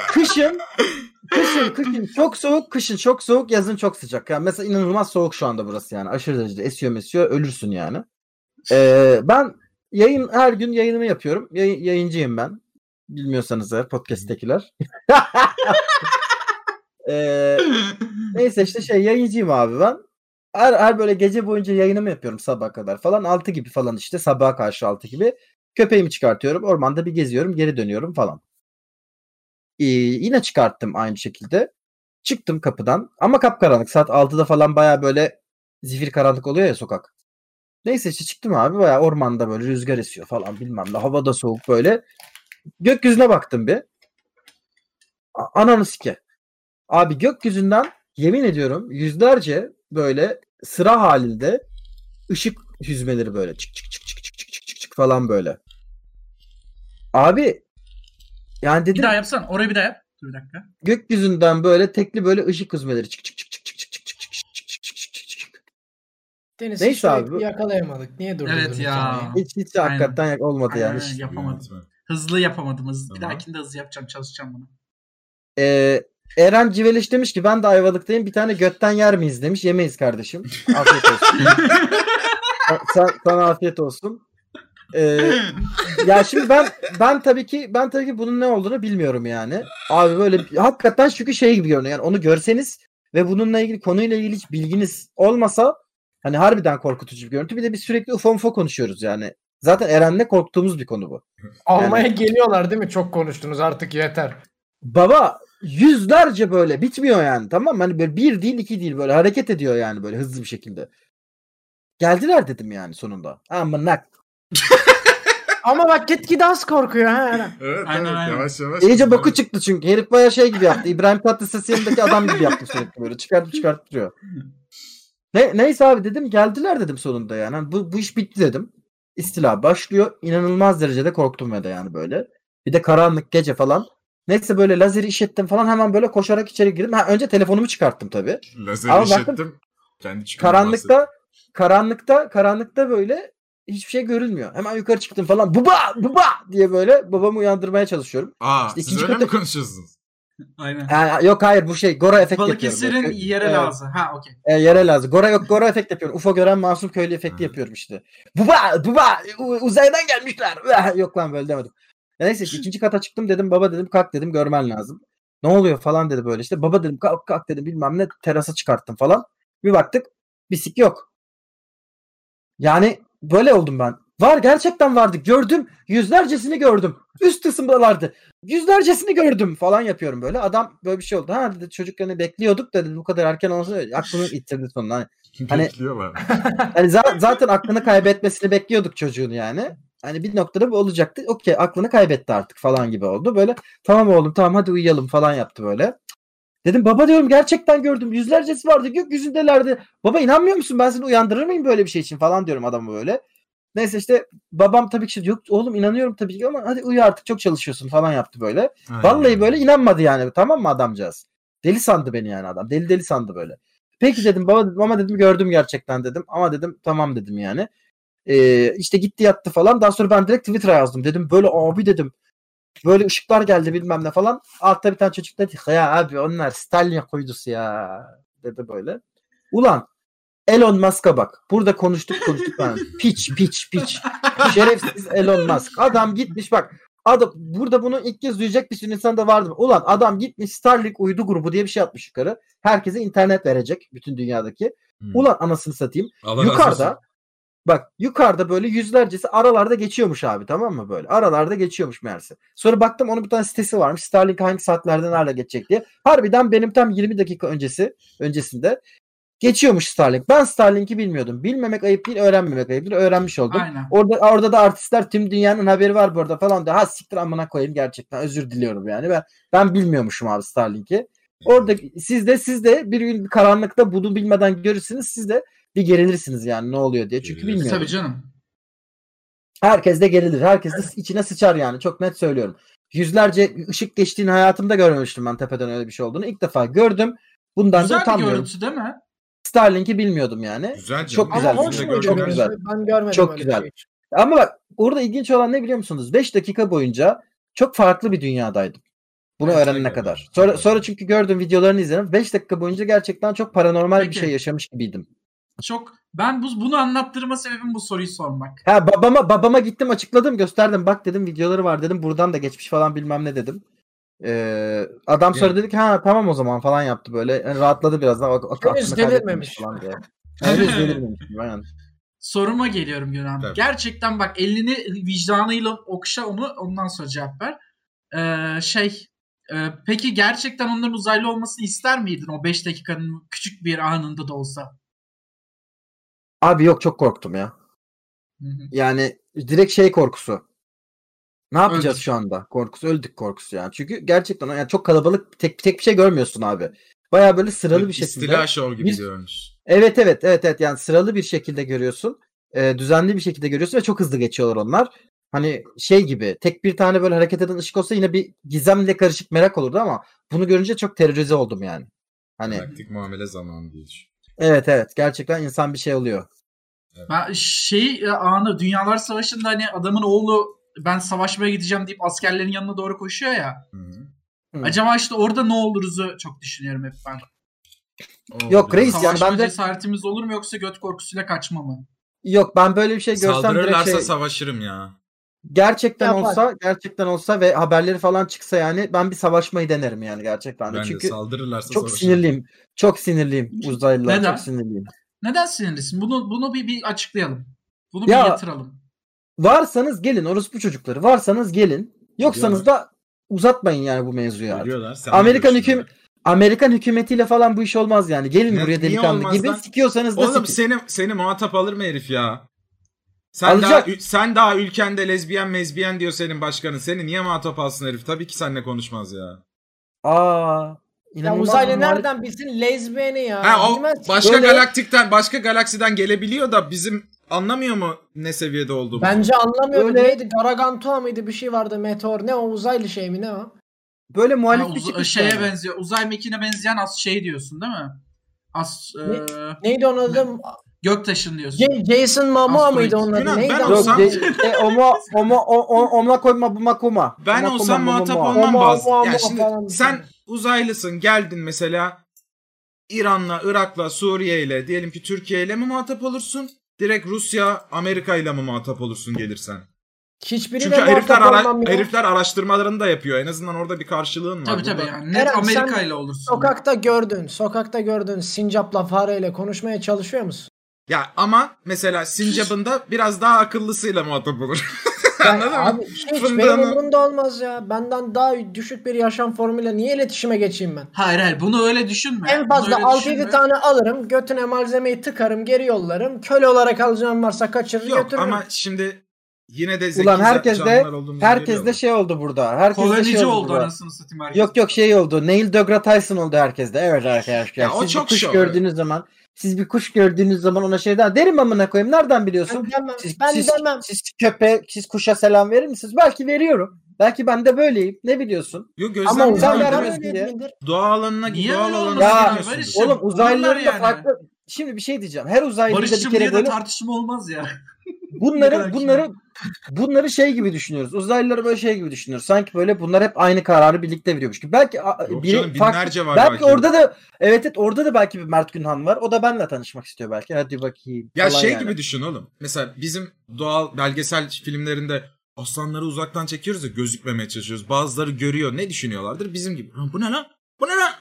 B: kışın kışın kışın çok soğuk kışın çok soğuk yazın çok sıcak. Yani mesela inanılmaz soğuk şu anda burası yani aşırı derecede esiyor mesiyor ölürsün yani. Ee, ben yayın her gün yayınımı yapıyorum. Yayın, yayıncıyım ben. Bilmiyorsanız eğer podcast'tekiler. <laughs> Ee, neyse işte şey yayıncıyım abi ben. Her, her böyle gece boyunca yayınımı yapıyorum sabaha kadar falan. 6 gibi falan işte sabaha karşı 6 gibi. Köpeğimi çıkartıyorum. Ormanda bir geziyorum. Geri dönüyorum falan. Ee, yine çıkarttım aynı şekilde. Çıktım kapıdan. Ama kapkaranlık. Saat 6'da falan baya böyle zifir karanlık oluyor ya sokak. Neyse işte çıktım abi. Baya ormanda böyle rüzgar esiyor falan bilmem ne. Hava da soğuk böyle. Gökyüzüne baktım bir. A- Ananı sike. Abi gökyüzünden yemin ediyorum yüzlerce böyle sıra halinde ışık hüzmeleri böyle çık çık çık çık çık çık çık çık çık falan böyle. Abi yani
D: bir
B: dedim
D: daha yapsan. Orayı bir daha yap. Dur bir dakika.
B: gökyüzünden böyle tekli böyle ışık hüzmeleri çık çık çık çık çık çık çık çık çık çık çık çık çık çık çık.
E: Deniz
B: Neyse
E: hiç sürekli
B: abi bu-
E: yakalayamadık. Niye durdurdun
D: Evet ya.
E: hikayeyi?
B: Hiç hiç
D: Aynen.
B: hakikaten yak- olmadı
D: Aynen
B: yani.
D: öyle, yapamadım. Hızlı yapamadım. Hızlı. Bir
C: Tamam.
D: dahakinde hızlı yapacağım. Çalışacağım bunu.
B: Ee, Eren Civeliş demiş ki ben de Ayvalık'tayım bir tane götten yer miyiz demiş. Yemeyiz kardeşim. Afiyet olsun. Sa- sen, sana afiyet olsun. Ee, ya şimdi ben ben tabii ki ben tabii ki bunun ne olduğunu bilmiyorum yani. Abi böyle bir- hakikaten çünkü şey gibi görünüyor. Yani onu görseniz ve bununla ilgili konuyla ilgili hiç bilginiz olmasa hani harbiden korkutucu bir görüntü. Bir de biz sürekli ufo mufo konuşuyoruz yani. Zaten Eren'le korktuğumuz bir konu bu.
E: Almaya geliyorlar değil mi? Çok konuştunuz artık yeter.
B: Baba yüzlerce böyle bitmiyor yani tamam mı? Hani böyle bir değil iki değil böyle hareket ediyor yani böyle hızlı bir şekilde. Geldiler dedim yani sonunda. Amına
E: Ama bak gitgide az korkuyor ha Eren.
F: Evet,
D: Aynen,
F: evet,
D: aynen.
F: yavaş yavaş.
B: İyice boku çıktı çünkü. Herif baya şey gibi yaptı. İbrahim Tatlıses yanındaki adam gibi yaptı sürekli böyle. Çıkartıp çıkartıp duruyor. Ne, neyse abi dedim geldiler dedim sonunda yani. Hani bu, bu iş bitti dedim. İstila başlıyor. İnanılmaz derecede korktum ve de yani böyle. Bir de karanlık gece falan. Neyse böyle lazeri iş ettim falan hemen böyle koşarak içeri girdim. Ha, önce telefonumu çıkarttım tabii.
F: Lazer
B: Ama baktım-
F: işittim. Kendi çıkıyor.
B: Karanlıkta karanlıkta karanlıkta böyle hiçbir şey görülmüyor. Hemen yukarı çıktım falan. Baba baba diye böyle babamı uyandırmaya çalışıyorum.
F: Aa
B: İşte
F: siz
B: ikinci
F: öyle mi
B: kata-
F: konuşuyorsunuz?
D: Aynen.
B: Ha, yok hayır bu şey Gora efekt
D: Balıkesir'in
B: yapıyorum.
D: yerel
B: Evet.
D: ağzı. Ha okey.
B: E, yerel ağzı. Gora yok Gora efekt yapıyorum. UFO gören masum köylü efekti
F: Hı.
B: yapıyorum işte. Buba buba u- uzaydan gelmişler. Uah! yok lan böyle demedim. Ya neyse işte ikinci kata çıktım dedim baba dedim kalk dedim görmen lazım. Ne oluyor falan dedi böyle işte. Baba dedim kalk kalk dedim bilmem ne terasa çıkarttım falan. Bir baktık bisik yok. Yani böyle oldum ben. Var gerçekten vardı. Gördüm. Yüzlercesini gördüm. Üst kısımdalardı. Yüzlercesini gördüm falan yapıyorum böyle. Adam böyle bir şey oldu. Ha dedi çocuklarını bekliyorduk da dedi bu kadar erken olsa aklını itirdi sonunda. Hani, Hani-
F: Bekliyorlar.
B: hani za- zaten aklını kaybetmesini bekliyorduk çocuğun yani. Hani bir noktada bu olacaktı. Okey aklını kaybetti artık falan gibi oldu. Böyle tamam oğlum tamam hadi uyuyalım falan yaptı böyle. Dedim baba diyorum gerçekten gördüm. Yüzlercesi vardı gökyüzündelerdi. Baba inanmıyor musun ben seni uyandırır mıyım böyle bir şey için falan diyorum adamı böyle. Neyse işte babam tabii ki şey yok oğlum inanıyorum tabii ki ama hadi uyu artık çok çalışıyorsun falan yaptı böyle.
F: Aynen.
B: <laughs> Vallahi böyle inanmadı yani tamam mı adamcağız? Deli sandı beni yani adam. Deli deli sandı böyle. Peki dedim baba dedim ama dedim gördüm gerçekten dedim. Ama dedim tamam dedim yani. Ee, işte gitti yattı falan. Daha sonra ben direkt Twitter'a yazdım. Dedim böyle abi dedim. Böyle ışıklar geldi bilmem ne falan. Altta bir tane çocuk dedi ki, ya abi onlar Stalin kuydusu ya dedi böyle. Ulan Elon Musk'a bak. Burada konuştuk konuştuk. lan. Piç piç piç. Şerefsiz Elon Musk. Adam gitmiş bak. Adam burada bunu ilk kez duyacak bir sürü insan da vardı. Ulan adam gitmiş Starlink uydu grubu diye bir şey atmış yukarı. Herkese internet verecek bütün dünyadaki.
F: Hmm.
B: Ulan anasını satayım.
C: Hmm.
F: Allah razı olsun.
B: yukarıda bak yukarıda böyle yüzlercesi aralarda geçiyormuş abi tamam mı böyle? Aralarda geçiyormuş meğerse. Sonra baktım onun bir tane sitesi varmış. Starlink hangi saatlerde nerede geçecek diye. Harbiden benim tam 20 dakika öncesi öncesinde geçiyormuş Starlink. Ben Starlink'i bilmiyordum. Bilmemek ayıp değil, öğrenmemek ayıp değil. Öğrenmiş oldum.
D: Aynen.
B: Orada orada da artistler tüm dünyanın haberi var bu arada falan diyor. Ha siktir amına koyayım gerçekten özür diliyorum yani. Ben ben bilmiyormuşum abi Starlink'i. Orada siz de siz de bir gün karanlıkta bunu bilmeden görürsünüz. Siz de bir gerilirsiniz yani ne oluyor diye. Çünkü
F: Gerilirsiniz.
B: bilmiyorum.
D: Tabii canım.
B: Herkes de gerilir. Herkes de içine sıçar yani. Çok net söylüyorum. Yüzlerce ışık geçtiğini hayatımda görmemiştim ben tepeden öyle bir şey olduğunu. İlk defa gördüm. Bundan da
D: Güzel bir
B: utanmıyorum.
D: görüntü değil mi?
B: Starlink'i bilmiyordum yani.
F: Güzel canım.
B: Çok
F: Ama
B: güzel. şey
E: Ama hoş
F: Biz de
E: muydu?
B: Çok
F: gördük.
B: güzel.
E: Ben görmedim
B: Çok
E: öyle bir
B: güzel.
E: şey hiç.
B: Ama bak orada ilginç olan ne biliyor musunuz? 5 dakika boyunca çok farklı bir dünyadaydım. Bunu
F: Evet,
B: öğrenene
F: evet.
B: kadar. Sonra, sonra çünkü gördüğüm videolarını izledim. 5 dakika boyunca gerçekten çok paranormal bir
D: Peki.
F: <laughs>
B: şey yaşamış gibiydim.
D: Çok ben bu, bunu anlattırma sebebim bu soruyu sormak.
B: Ha babama babama gittim açıkladım gösterdim. Bak dedim videoları var dedim. Buradan da geçmiş falan bilmem ne dedim. Ee, adam sonra dedi ki ha tamam o zaman falan yaptı böyle. Yani rahatladı biraz daha. Ak- ak-
E: Henüz
B: aklını kaybetmemiş
E: delirmemiş.
B: Falan
F: <laughs>
B: diye. Henüz delirmemiş. Aynen.
D: Soruma geliyorum Günan.
F: Tabii.
D: Gerçekten bak elini vicdanıyla okşa onu ondan sonra cevap ver. Ee, şey e, peki gerçekten onların uzaylı olmasını ister miydin o 5 dakikanın küçük bir anında da olsa?
B: Abi yok çok korktum ya.
D: Hı hı.
B: Yani direkt şey korkusu. Ne yapacağız
D: Öldük.
B: şu anda? Korkusu, öldük korkusu yani. Çünkü gerçekten o- yani çok kalabalık tek tek bir şey görmüyorsun abi. Baya böyle sıralı bir şekilde.
F: İstila şov gibi
B: Bir-
F: görmüş.
B: Evet evet evet evet yani sıralı bir şekilde görüyorsun. Ee, düzenli bir şekilde görüyorsun ve çok hızlı geçiyorlar onlar. Hani şey gibi tek bir tane böyle hareket eden ışık olsa yine bir gizemle karışık merak olurdu ama bunu görünce çok terörize oldum yani. Hani
F: Galaktik muamele zamanı diye düşün.
B: evet evet gerçekten insan bir şey oluyor.
D: Ben şey e, anı Dünyalar Savaşı'nda hani adamın oğlu ben savaşmaya gideceğim deyip askerlerin yanına doğru koşuyor ya.
F: Hı hı.
B: Hı.
D: Acaba işte orada ne oluruzu çok düşünüyorum hep ben.
F: Oo,
B: Yok,
F: biraz-
B: reis- Biz yani
D: Savaşma
B: ben de-
D: cesaretimiz olur mu yoksa göt korkusuyla kaçma mı?
B: Yok ben böyle bir şey görsem direkt
C: Saldırırlarsa
B: şey,
C: savaşırım ya.
B: gerçekten
E: Yapar.
B: olsa gerçekten olsa ve haberleri falan çıksa yani ben bir savaşmayı denerim yani gerçekten. de.
F: Ben
B: Çünkü
F: de saldırırlarsa
B: çok
F: savaşırım.
B: sinirliyim. Çok sinirliyim uzaylılar.
D: Neden?
B: Çok sinirliyim.
D: Neden sinirlisin? Bunu bunu bir, bir açıklayalım. Bunu
B: Ya-
D: bir yatıralım.
B: Varsanız gelin orospu çocukları. Varsanız gelin. Yoksanız da uzatmayın yani bu mevzuyu artık.
F: Biliyorlar, sen
B: Amerikan
F: biliyorsun.
B: hüküm Amerikan hükümetiyle falan bu iş olmaz yani. Gelin
C: Ne-
B: buraya
C: niye
B: delikanlı
C: olmaz
B: gibi.
C: lan?
B: Sikiyorsanız da
C: Oğlum
B: sikin.
C: seni seni muhatap alır mı herif ya? Sen
B: Alacak.
C: daha ü- sen daha ülkende lezbiyen mezbiyen diyor senin başkanın. Seni niye muhatap alsın herif? Tabii ki seninle konuşmaz ya.
B: Aa.
E: Ya
B: inanılmaz
E: uzaylı
B: muhalif-
E: nereden bilsin lezbiyeni ya?
C: Ha o
E: Bilmez ki.
C: başka
B: Böyle-
C: galaktikten, başka galaksiden gelebiliyor da bizim anlamıyor mu ne seviyede olduğumuzu?
E: Bence anlamıyordu.
B: Böyle-
E: Neydi? Garagantua mıydı? Bir şey vardı. Meteor. Ne o? Uzaylı şey mi? Ne o?
B: Böyle muhalif
D: Ha,
B: bir
D: uz-
B: çıkış
D: e, şeye
B: yani.
D: benziyor. Uzay mekiğine benzeyen az şey diyorsun değil mi? Az
E: Ne?
D: e,
E: Neydi onun adı?
D: göktaşın diyorsun.
E: J- Jason Momoa
D: Asteroid.
E: mıydı onun adı?
C: Yunan,
E: Neydi?
C: ben
B: Yok
E: onun adı?
C: olsam-
B: de, de, omo, omo, o, o, omla koyma buma kuma.
C: Ben
B: Oma
C: olsam
B: kuma, buma
C: muhatap
B: mua.
C: olmam
E: Ama-
C: bazı.
E: ama-
C: Yani
E: ama
C: şimdi
E: falan bir
C: sen
E: şey.
C: uzaylısın geldin mesela İran'la, Irak'la, Suriye'yle diyelim ki Türkiye'yle mi muhatap olursun? Direkt Rusya, Amerika'yla mı muhatap olursun gelirsen?
E: Hiçbiriyle
C: Çünkü herifler,
E: muhatap
C: ara-
E: olmam ya.
C: herifler araştırmalarını da yapıyor. En azından orada bir karşılığın var.
D: Tabii tabii
C: Burada-
D: yani. Net
E: Eren,
D: Amerika
E: sen
D: ile olursun.
E: Sokakta gördün. Sokakta gördün. Sincapla fareyle konuşmaya çalışıyor musun?
C: Ya ama mesela Sincap'ında biraz daha akıllısıyla muhatap olur.
E: Ya
C: Anladın mı?
E: abi hiç benim
C: Fındığını-
E: umurumda olmaz ya. Benden daha düşük bir yaşam formuyla niye iletişime geçeyim ben?
D: Hayır hayır bunu öyle düşünme.
E: En
D: Bunu
E: fazla
D: öyle
E: 6-7
D: düşünme.
E: tane alırım. Götüne malzemeyi tıkarım. Geri yollarım. Köle olarak alacağım varsa kaçırır
C: <laughs> Yok
E: götürürüm.
C: ama şimdi yine de zeki
B: Ulan herkes de-
C: canlılar olduğumuzu
B: Herkes de
C: görüyorlar.
B: şey oldu burada. Herkes de
D: Kolonici
B: şey oldu.
D: oldu
B: burada.
D: anasını satayım herkes.
B: Yok yok şey oldu. Neil deGrasse Tyson oldu herkeste. Evet arkadaşlar.
C: Ya o
B: siz
C: çok
B: bir kuş
C: şov,
B: gördüğünüz zaman siz bir kuş gördüğünüz zaman ona şey der. Derim amına koyayım. Nereden biliyorsun?
E: Ben demem.
B: Siz,
E: Ben
B: siz,
E: demem.
B: siz köpe, siz kuşa selam verir misiniz? Belki veriyorum. Belki ben de böyleyim. Ne biliyorsun?
C: Yok
E: Ama
C: gözlemliyorum.
B: uzaylılar
E: uzaylılar
B: vermez
E: öyle
B: diye.
E: midir?
C: Doğa alanına
D: Niye
C: doğal
D: öyle
C: alana
D: olmasın
B: Ya,
C: gidiyorsun.
D: Barış?
B: Oğlum
D: Olurlar
B: uzaylıların da
D: yani.
B: farklı. Şimdi bir şey diyeceğim. Her uzaylı da bir
D: Barışçım diye
B: kere
D: de
B: böyle
D: tartışma olmaz ya. Ne
B: bunları
D: kadar
B: bunları bunları şey gibi düşünüyoruz. Uzaylıları böyle şey gibi düşünüyoruz. Sanki böyle bunlar hep aynı kararı birlikte veriyormuş gibi. Belki a-
C: Yok
B: biri
C: canım,
B: farklı-
C: binlerce var
B: belki,
C: belki.
B: orada da evet evet orada da belki bir Mert Günhan var. O da benle tanışmak istiyor belki. Hadi bakayım.
C: Ya
B: falan
C: şey
B: yani.
C: gibi düşün oğlum. Mesela bizim doğal belgesel filmlerinde aslanları uzaktan çekiyoruz da gözükmemeye çalışıyoruz. Bazıları görüyor. Ne düşünüyorlardır? Bizim gibi. "Ha, Bu ne lan? Bu ne lan?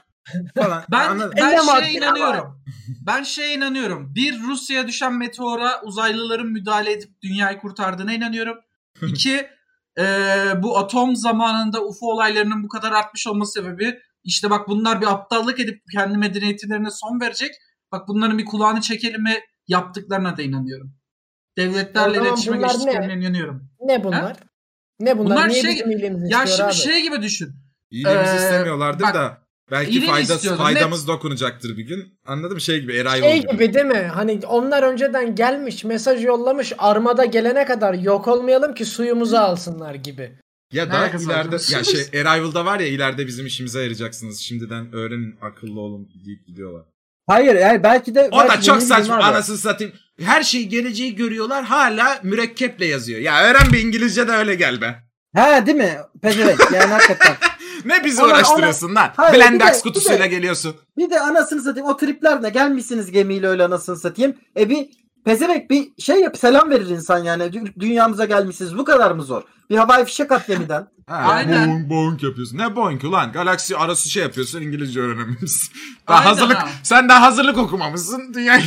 C: Falan.
D: Ben e,
C: Anladın?
D: ben
E: Ellem
D: şeye
E: abi,
D: inanıyorum. <laughs> Ben şeye inanıyorum. Bir Rusya'ya düşen meteora uzaylıların müdahale edip dünyayı kurtardığına inanıyorum. İki eee, bu atom zamanında UFO olaylarının bu kadar artmış olması sebebi işte bak bunlar bir aptallık edip kendi medeniyetlerine son verecek. Bak bunların bir kulağını çekelim ve yaptıklarına da inanıyorum.
E: O
D: Devletlerle
E: zaman
D: iletişime
E: bunlar ne?
D: geçtiklerine inanıyorum.
E: Ne bunlar? Ne bunlar?
D: Bunlar
E: Niye
D: şey-
E: bizim iyiliğimizi
D: Ya
E: istiyor
D: şimdi
E: abi?
D: şey gibi düşün.
C: İyiliğimizi
D: Ee,
C: istemiyorlardır
D: bak,
C: da belki
D: iyiliğini
C: faydası,
D: istiyordun,
C: faydamız dokunacaktır bir gün. Anladın mı? Şey gibi Eray
E: Şey
C: Yol gibi.
E: gibi değil mi? Hani onlar önceden gelmiş, mesaj yollamış, armada gelene kadar yok olmayalım ki suyumuzu alsınlar gibi.
C: Ya
D: Ne
C: da
D: alakası var
C: ileride
D: canım?
C: ya şey Arrival'da var ya ileride bizim işimize yarayacaksınız. Şimdiden öğrenin akıllı olun deyip gidiyorlar.
B: Hayır yani belki de
C: O
B: belki
C: da
B: de ne
C: çok
B: bileyim
C: saçma
B: abi.
C: anasını satayım. Her şeyi geleceği görüyorlar hala mürekkeple yazıyor. Ya öğren bir İngilizce de öyle gel be.
B: Ha değil mi? Pezevenk yani hakikaten. <laughs>
C: Ne bizi
B: Ama-
C: uğraştırıyorsun lan?
B: Hayır, bir de-
C: Blendax
B: bir
C: kutusuyla
B: de-
C: geliyorsun.
B: Bir de anasını satayım o triplerle gelmişsiniz gemiyle öyle anasını satayım. E bir pezevenk bir şey yap selam verir insan yani. Dü- Dünyamıza gelmişsiniz bu kadar mı zor? Bir havai fişek at gemiden.
C: Ha,
D: Aynen.
C: Boing boing yapıyorsun. Ne boing ulan? Galaksi arası şey yapıyorsun İngilizce öğrenememişsin. Daha
D: Aynen
C: hazırlık,
D: ha.
C: sen daha hazırlık okumamışsın. Dünya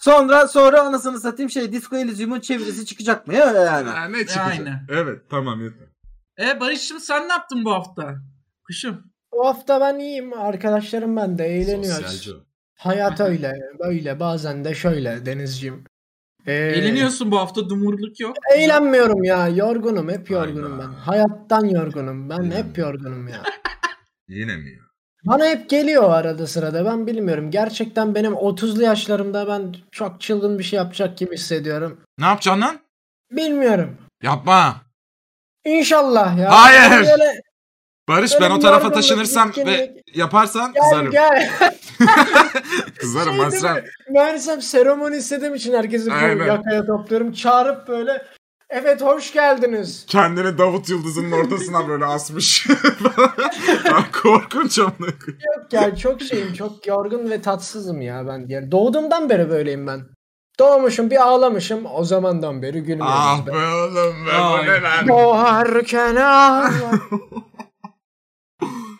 B: Sonra sonra anasını satayım şey Disco Elysium'un çevirisi çıkacak mı ya öyle yani.
C: <laughs> Ha, ne çıkacak?
D: Aynen.
C: Evet tamam yeter.
D: E Barış'cığım sen ne yaptın bu hafta? Kuşum.
E: O hafta ben iyiyim, arkadaşlarım ben de eğleniyoruz.
F: Sosyalci o.
E: Hayat öyle, böyle bazen de şöyle Denizciğim. Ee,
D: Eğleniyorsun bu hafta dumurluk yok.
E: Eğlenmiyorum ya, yorgunum, hep yorgunum
F: Hayda.
E: ben. Hayattan yorgunum, ben
F: Eğlen.
E: hep yorgunum ya.
F: Yine mi ya?
E: Bana hep geliyor arada sırada ben bilmiyorum. Gerçekten benim 30'lu yaşlarımda ben çok çılgın bir şey yapacak gibi hissediyorum.
C: Ne yapacaksın lan?
E: Bilmiyorum.
C: Yapma.
E: İnşallah ya.
C: Hayır.
E: Ben böyle-
C: Barış
E: Böyle
C: ben o
E: bir
C: tarafa
E: yorgunluk,
C: taşınırsam ve
E: bitkinlik.
C: yaparsan
E: Gel
C: kızarım.
E: gel. <laughs>
C: Kızarım
E: Şey değil
C: Masraf.
E: mi? Meğersem seremoni istediğim için herkesi bu
C: Aynen.
E: yakaya topluyorum. Çağırıp böyle evet hoş geldiniz.
C: Kendini Davut Yıldız'ın ortasına böyle asmış. <laughs> Ay, Korkunç amına koyayım.
E: Yok ya çok şeyim çok yorgun ve tatsızım ya ben. Yani doğduğumdan beri böyleyim ben. Doğmuşum bir ağlamışım. O zamandan beri gülmüyoruz.
C: Ah
E: be.
C: be oğlum be bu
D: Ay.
C: ne lan?
E: Doğarken ağla.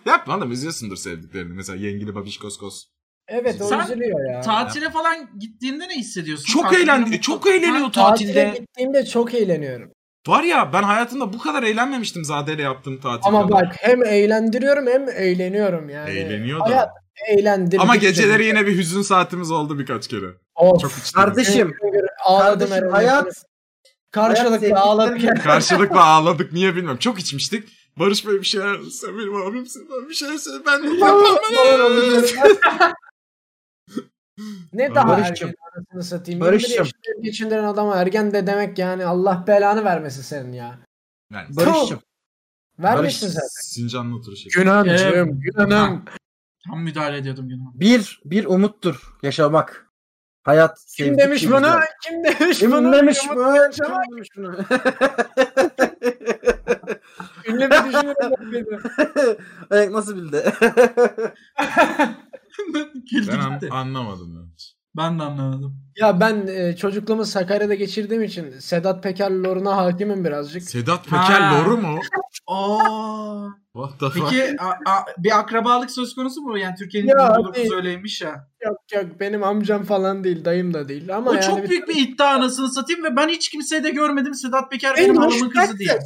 F: Yapma oğlum üzüyorsundur sevdiklerini. Mesela yengili babiş kos kos.
E: evet o
D: Sen-
E: üzülüyor ya.
D: Tatile falan gittiğinde ne hissediyorsun?
C: Çok
D: Tatilde
C: eğlen-
D: mutlu-
C: çok eğleniyor
D: Ha,
E: Tatile
C: tatilde.
E: gittiğimde çok eğleniyorum.
C: Var ya ben hayatımda bu kadar eğlenmemiştim Zade'yle yaptığım tatilde.
E: Ama bak hem eğlendiriyorum hem eğleniyorum yani.
C: Eğleniyor da.
E: Hayat eğlendirdi.
C: Ama geceleri yine bir hüzün saatimiz oldu birkaç kere.
E: Of.
C: Çok içtim.
B: Kardeşim,
E: Ağladım
B: kardeşim
E: herhalde.
B: hayat
E: Karşılıklı
B: hayat
E: <laughs> ağlarken.
C: Karşılıklı ağladık niye bilmiyorum. Çok içmiştik. Barış Bey bir şeyler sen benim abimsin ben bir şeyler söyle ben
E: ne daha
B: Barış'cığım.
E: ergen anasını satayım.
B: Barış'cığım.
E: Barış'cım. Geçindiren adama ergen de demek yani Allah belanı vermesin senin ya.
B: Barış'cım.
E: Vermişsin sen.
C: Sincan'la oturuş yapıyor.
E: Günancım, günanım.
D: Tam müdahale ediyordum
E: <laughs>
D: günah.
B: Bir bir umuttur yaşamak. Hayat
E: Kim
B: sevgi,
E: demiş
B: çizgiler.
E: bunu? Kim demiş
B: Kim
E: bunu?
B: demiş
E: Kim-
B: bunu?
E: yaşamak.
B: Kim demiş bunu?
E: Ünlü bir düşünürüm.
B: <laughs> Evet, Nasıl bildi? <laughs>
D: Güldü
C: Ben an-
D: gitti.
C: anlamadım ben. hiç.
D: Ben de anlamadım.
E: Ya ben e, çocukluğumu Sakarya'da geçirdiğim için Sedat Peker loruna hakimim birazcık.
C: Sedat Peker
D: Ha.
C: loru mu?
D: Aa.
C: What the fuck?
D: Peki a- a- bir akrabalık söz konusu mu? Yani Türkiye'nin
E: Ya,
D: %99
E: değil.
D: öyleymiş ya.
E: Yok yok benim amcam falan değil, dayım da değil. Ama
D: o
E: yani
D: çok
E: bir-
D: büyük bir iddia anasını satayım ve ben hiç kimseyi de görmedim. Sedat Peker
E: En
D: benim
E: hoş
D: halamın kızı diye.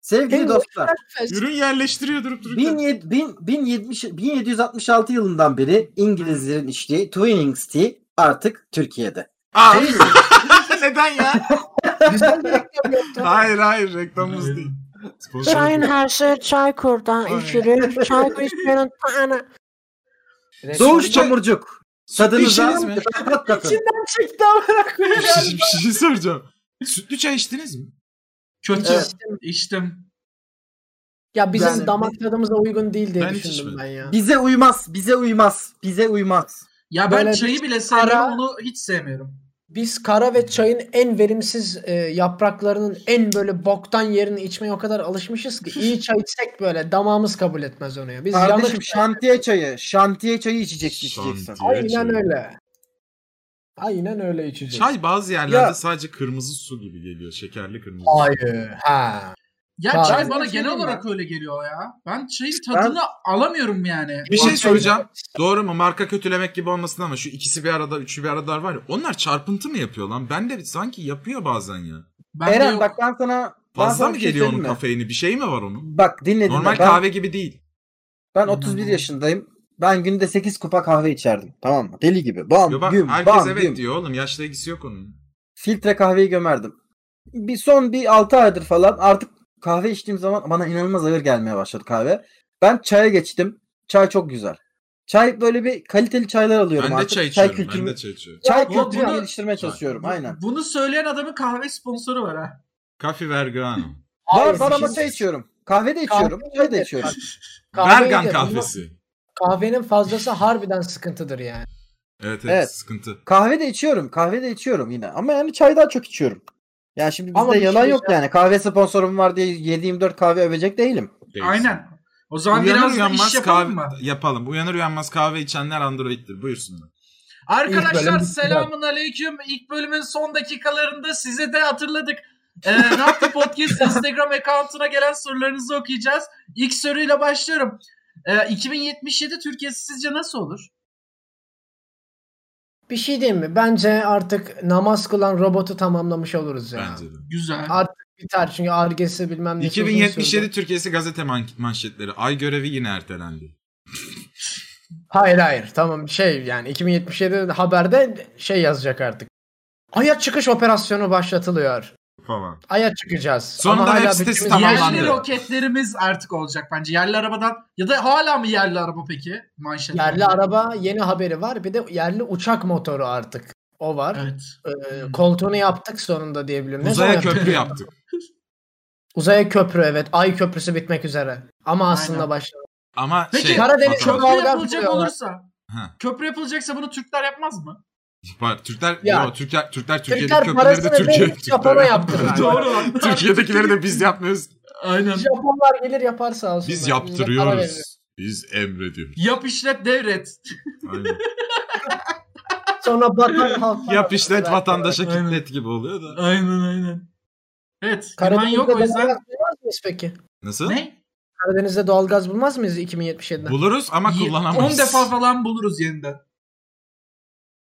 B: Sevgili
E: Kim-
B: dostlar.
C: Ürün yerleştiriyor durup dururken.
B: 1700 bin- 1070 1766 yılından beri İngilizlerin içtiği Twinings Tea artık Türkiye'de.
C: Aa,
D: <laughs>
C: neden ya?
E: Güzel bir reklam yaptı.
C: Hayır hayır reklamımız
D: <laughs>
C: değil.
G: Çayın her şey Çaykur'dan
E: Aynen.
G: içilir. Çaykur içmenin tane.
E: Reklam-
B: Doğuş çamurcuk. Tadınıza
C: İşiniz mi?
B: tat katın.
E: İçinden çıktı amına
C: Bir
E: koyayım.
C: şey, bir şey soracağım. Sütlü çay içtiniz mi?
D: Kötü.
E: Evet.
D: İçtim.
E: Ya bizim
B: Yani-
E: damak tadımıza uygun değil diye
C: Ben hiç
E: düşündüm
C: içmedim.
E: ben ya.
B: Bize uymaz, bize uymaz, bize uymaz.
D: Ya ben
E: Böyle bir
D: çayı bile sevmiyorum.
E: ara-
D: Onu hiç sevmiyorum.
E: Biz kara ve çayın en verimsiz e, yapraklarının en böyle boktan yerini içmeye o kadar alışmışız ki iyi çay içsek böyle damağımız kabul etmez onu ya. Biz
B: Kardeşim
E: yanlış
B: şantiye çayı, şantiye çayı içeceksin içeceksin.
C: Şantiye
E: Aynen
C: çayı.
E: öyle. Aynen öyle içeceğiz.
C: Çay bazı yerlerde
B: Ya-
C: sadece kırmızı su gibi geliyor. Şekerli kırmızı su.
E: Hayır. Ha.
D: Ya
E: Ben-
D: çay
E: Ben
D: bana
E: şey
D: genel
E: diyeyim
D: olarak öyle geliyor ya. Ben çayın tadını alamıyorum yani.
C: Bir
E: Ortaya-
C: şey soracağım. Doğru mu? Marka kötülemek gibi olmasın ama şu ikisi bir arada, üçü bir arada var ya. Onlar çarpıntı mı yapıyor lan? Ben de sanki yapıyor bazen ya.
D: Ben de
B: Eren
D: yok.
B: bak ben sana ben
C: Fazla
B: sana
C: mı
B: bir şey
C: geliyor onun
B: söyleyeyim mi?
C: kafeini? Bir şey mi var onun?
B: Bak dinle dinle.
C: Normal
B: ben,
C: kahve gibi değil.
B: ben 31 yaşındayım. Ben günde 8 kupa kahve içerdim. Tamam mı? Deli gibi. Bam,
C: Yo bak
B: güm,
C: herkes
B: bam,
C: evet
B: güm.
C: diyor oğlum. Yaşla ilgisi yok onun.
B: filtre kahveyi gömerdim. Bir son bir 6 aydır falan artık kahve içtiğim zaman bana inanılmaz ağır gelmeye başladı kahve. Ben çaya geçtim. Çay çok güzel. Çay böyle bir kaliteli çaylar alıyorum
C: Ben de
B: artık.
C: çay içiyorum.
B: kültürü,
C: Ben de çay içiyorum.
B: çay
D: Ya,
B: kültürünü
D: bunu-
B: geliştirmeye çalışıyorum aynen.
D: Bunu söyleyen adamın kahve sponsoru var ha.
C: Kafi Vergano.
E: Hayır,
B: Var var ama
E: biz-
B: çay içiyorum. Kahve de içiyorum.
E: Kahve
B: Çay da
E: de-
B: içiyorum.
E: Kahveyi de-
C: Vergan
E: bunlar-
C: kahvesi.
E: Kahvenin fazlası harbiden sıkıntıdır yani.
C: Evet evet,
B: Evet.
C: sıkıntı.
B: Kahve de içiyorum. Kahve de içiyorum yine. Ama yani çay daha çok içiyorum. Ya şimdi bizde
E: Ama bir şey
B: yalan yok
E: diyeceğim.
B: yani. Kahve sponsorum var diye yediğim 4 kahve övecek değilim.
C: Değil.
D: Aynen. O zaman
C: Uyanır
D: biraz da
C: uyanmaz
D: iş yapalım
C: kahve
D: mı?
C: yapalım. Uyanır uyanmaz kahve içenler android'tir. Buyursunlar.
E: İlk bölüm
D: Arkadaşlar
E: bitti
D: selamun aleyküm. İlk bölümün son dakikalarında size de hatırladık. Ee, ne
C: <laughs>
D: yaptı podcast Instagram account'una gelen sorularınızı okuyacağız. İlk soruyla başlıyorum. Ee, 2077 Türkiye'si sizce nasıl olur?
E: Bir şey diyeyim mi? Bence artık namaz kılan robotu tamamlamış oluruz ya.
C: Bence de.
D: Güzel.
E: Abi- Biter çünkü argesi bilmem ne.
C: 2077 Türkiye'si gazete man- manşetleri. Ay görevi yine ertelendi.
E: Hayır hayır tamam şey yani 2077 haberde şey yazacak artık. Ay'a çıkış operasyonu başlatılıyor.
C: Falan.
E: Ay'a çıkacağız.
C: Sonunda
E: Ama hala
C: web sitesi
E: bütçemiz-
C: tamamlandı.
D: Yerli
C: Tamamlandı.
D: roketlerimiz artık olacak bence. Yerli arabadan ya da hala mı yerli araba peki? Manşet.
E: Yerli araba yeni haberi var. Bir de yerli uçak motoru artık. O var.
D: Evet.
E: Ee, koltuğunu yaptık sonunda diyebilirim. Ne zaman
C: Uzaya
E: yaptık?
C: köprü yaptık.
E: Uzaya köprü evet. Ay köprüsü bitmek üzere. Ama aslında
D: Aynen.
E: başladı.
C: Ama
D: Peki,
C: şey,
E: Karadeniz
C: Hatta-
E: çok-
D: Köprü
E: Dalga
D: yapılacak
E: vuruyorlar.
D: olursa.
C: Ha.
D: Köprü yapılacaksa bunu Türkler yapmaz mı?
C: Var, Türkler,
E: Ya.
C: yo, Türkler, Türkler Türkiye'deki
E: Türkler
C: köprüleri de
E: parasını
C: Türkiye,
E: verip Japon'a
C: <laughs> Türkler
D: <laughs>
E: yaptılar.
D: Doğru.
C: Türkiye'dekileri de biz yapmıyoruz.
D: Aynen.
E: Japonlar gelir yapar sağ olsunlar.
C: Biz
E: Bize para verir.
C: yaptırıyoruz. Biz emrediyoruz.
D: Yap işlet devret.
C: Aynen. <laughs>
B: Sonra batan halk.
C: Yap işlet vatandaşa
D: Aynen.
C: kitlet gibi oluyor da.
D: Aynen aynen. Evet. Karaman
E: Karadeniz'de
D: yok o yüzden.
E: doğalgaz bulmaz mıyız peki?
C: Nasıl?
D: Ne?
E: Karadeniz'de doğalgaz bulmaz mıyız 2077'den?
C: Buluruz ama
D: Y- 10
C: kullanamayız.
D: defa falan buluruz yeniden.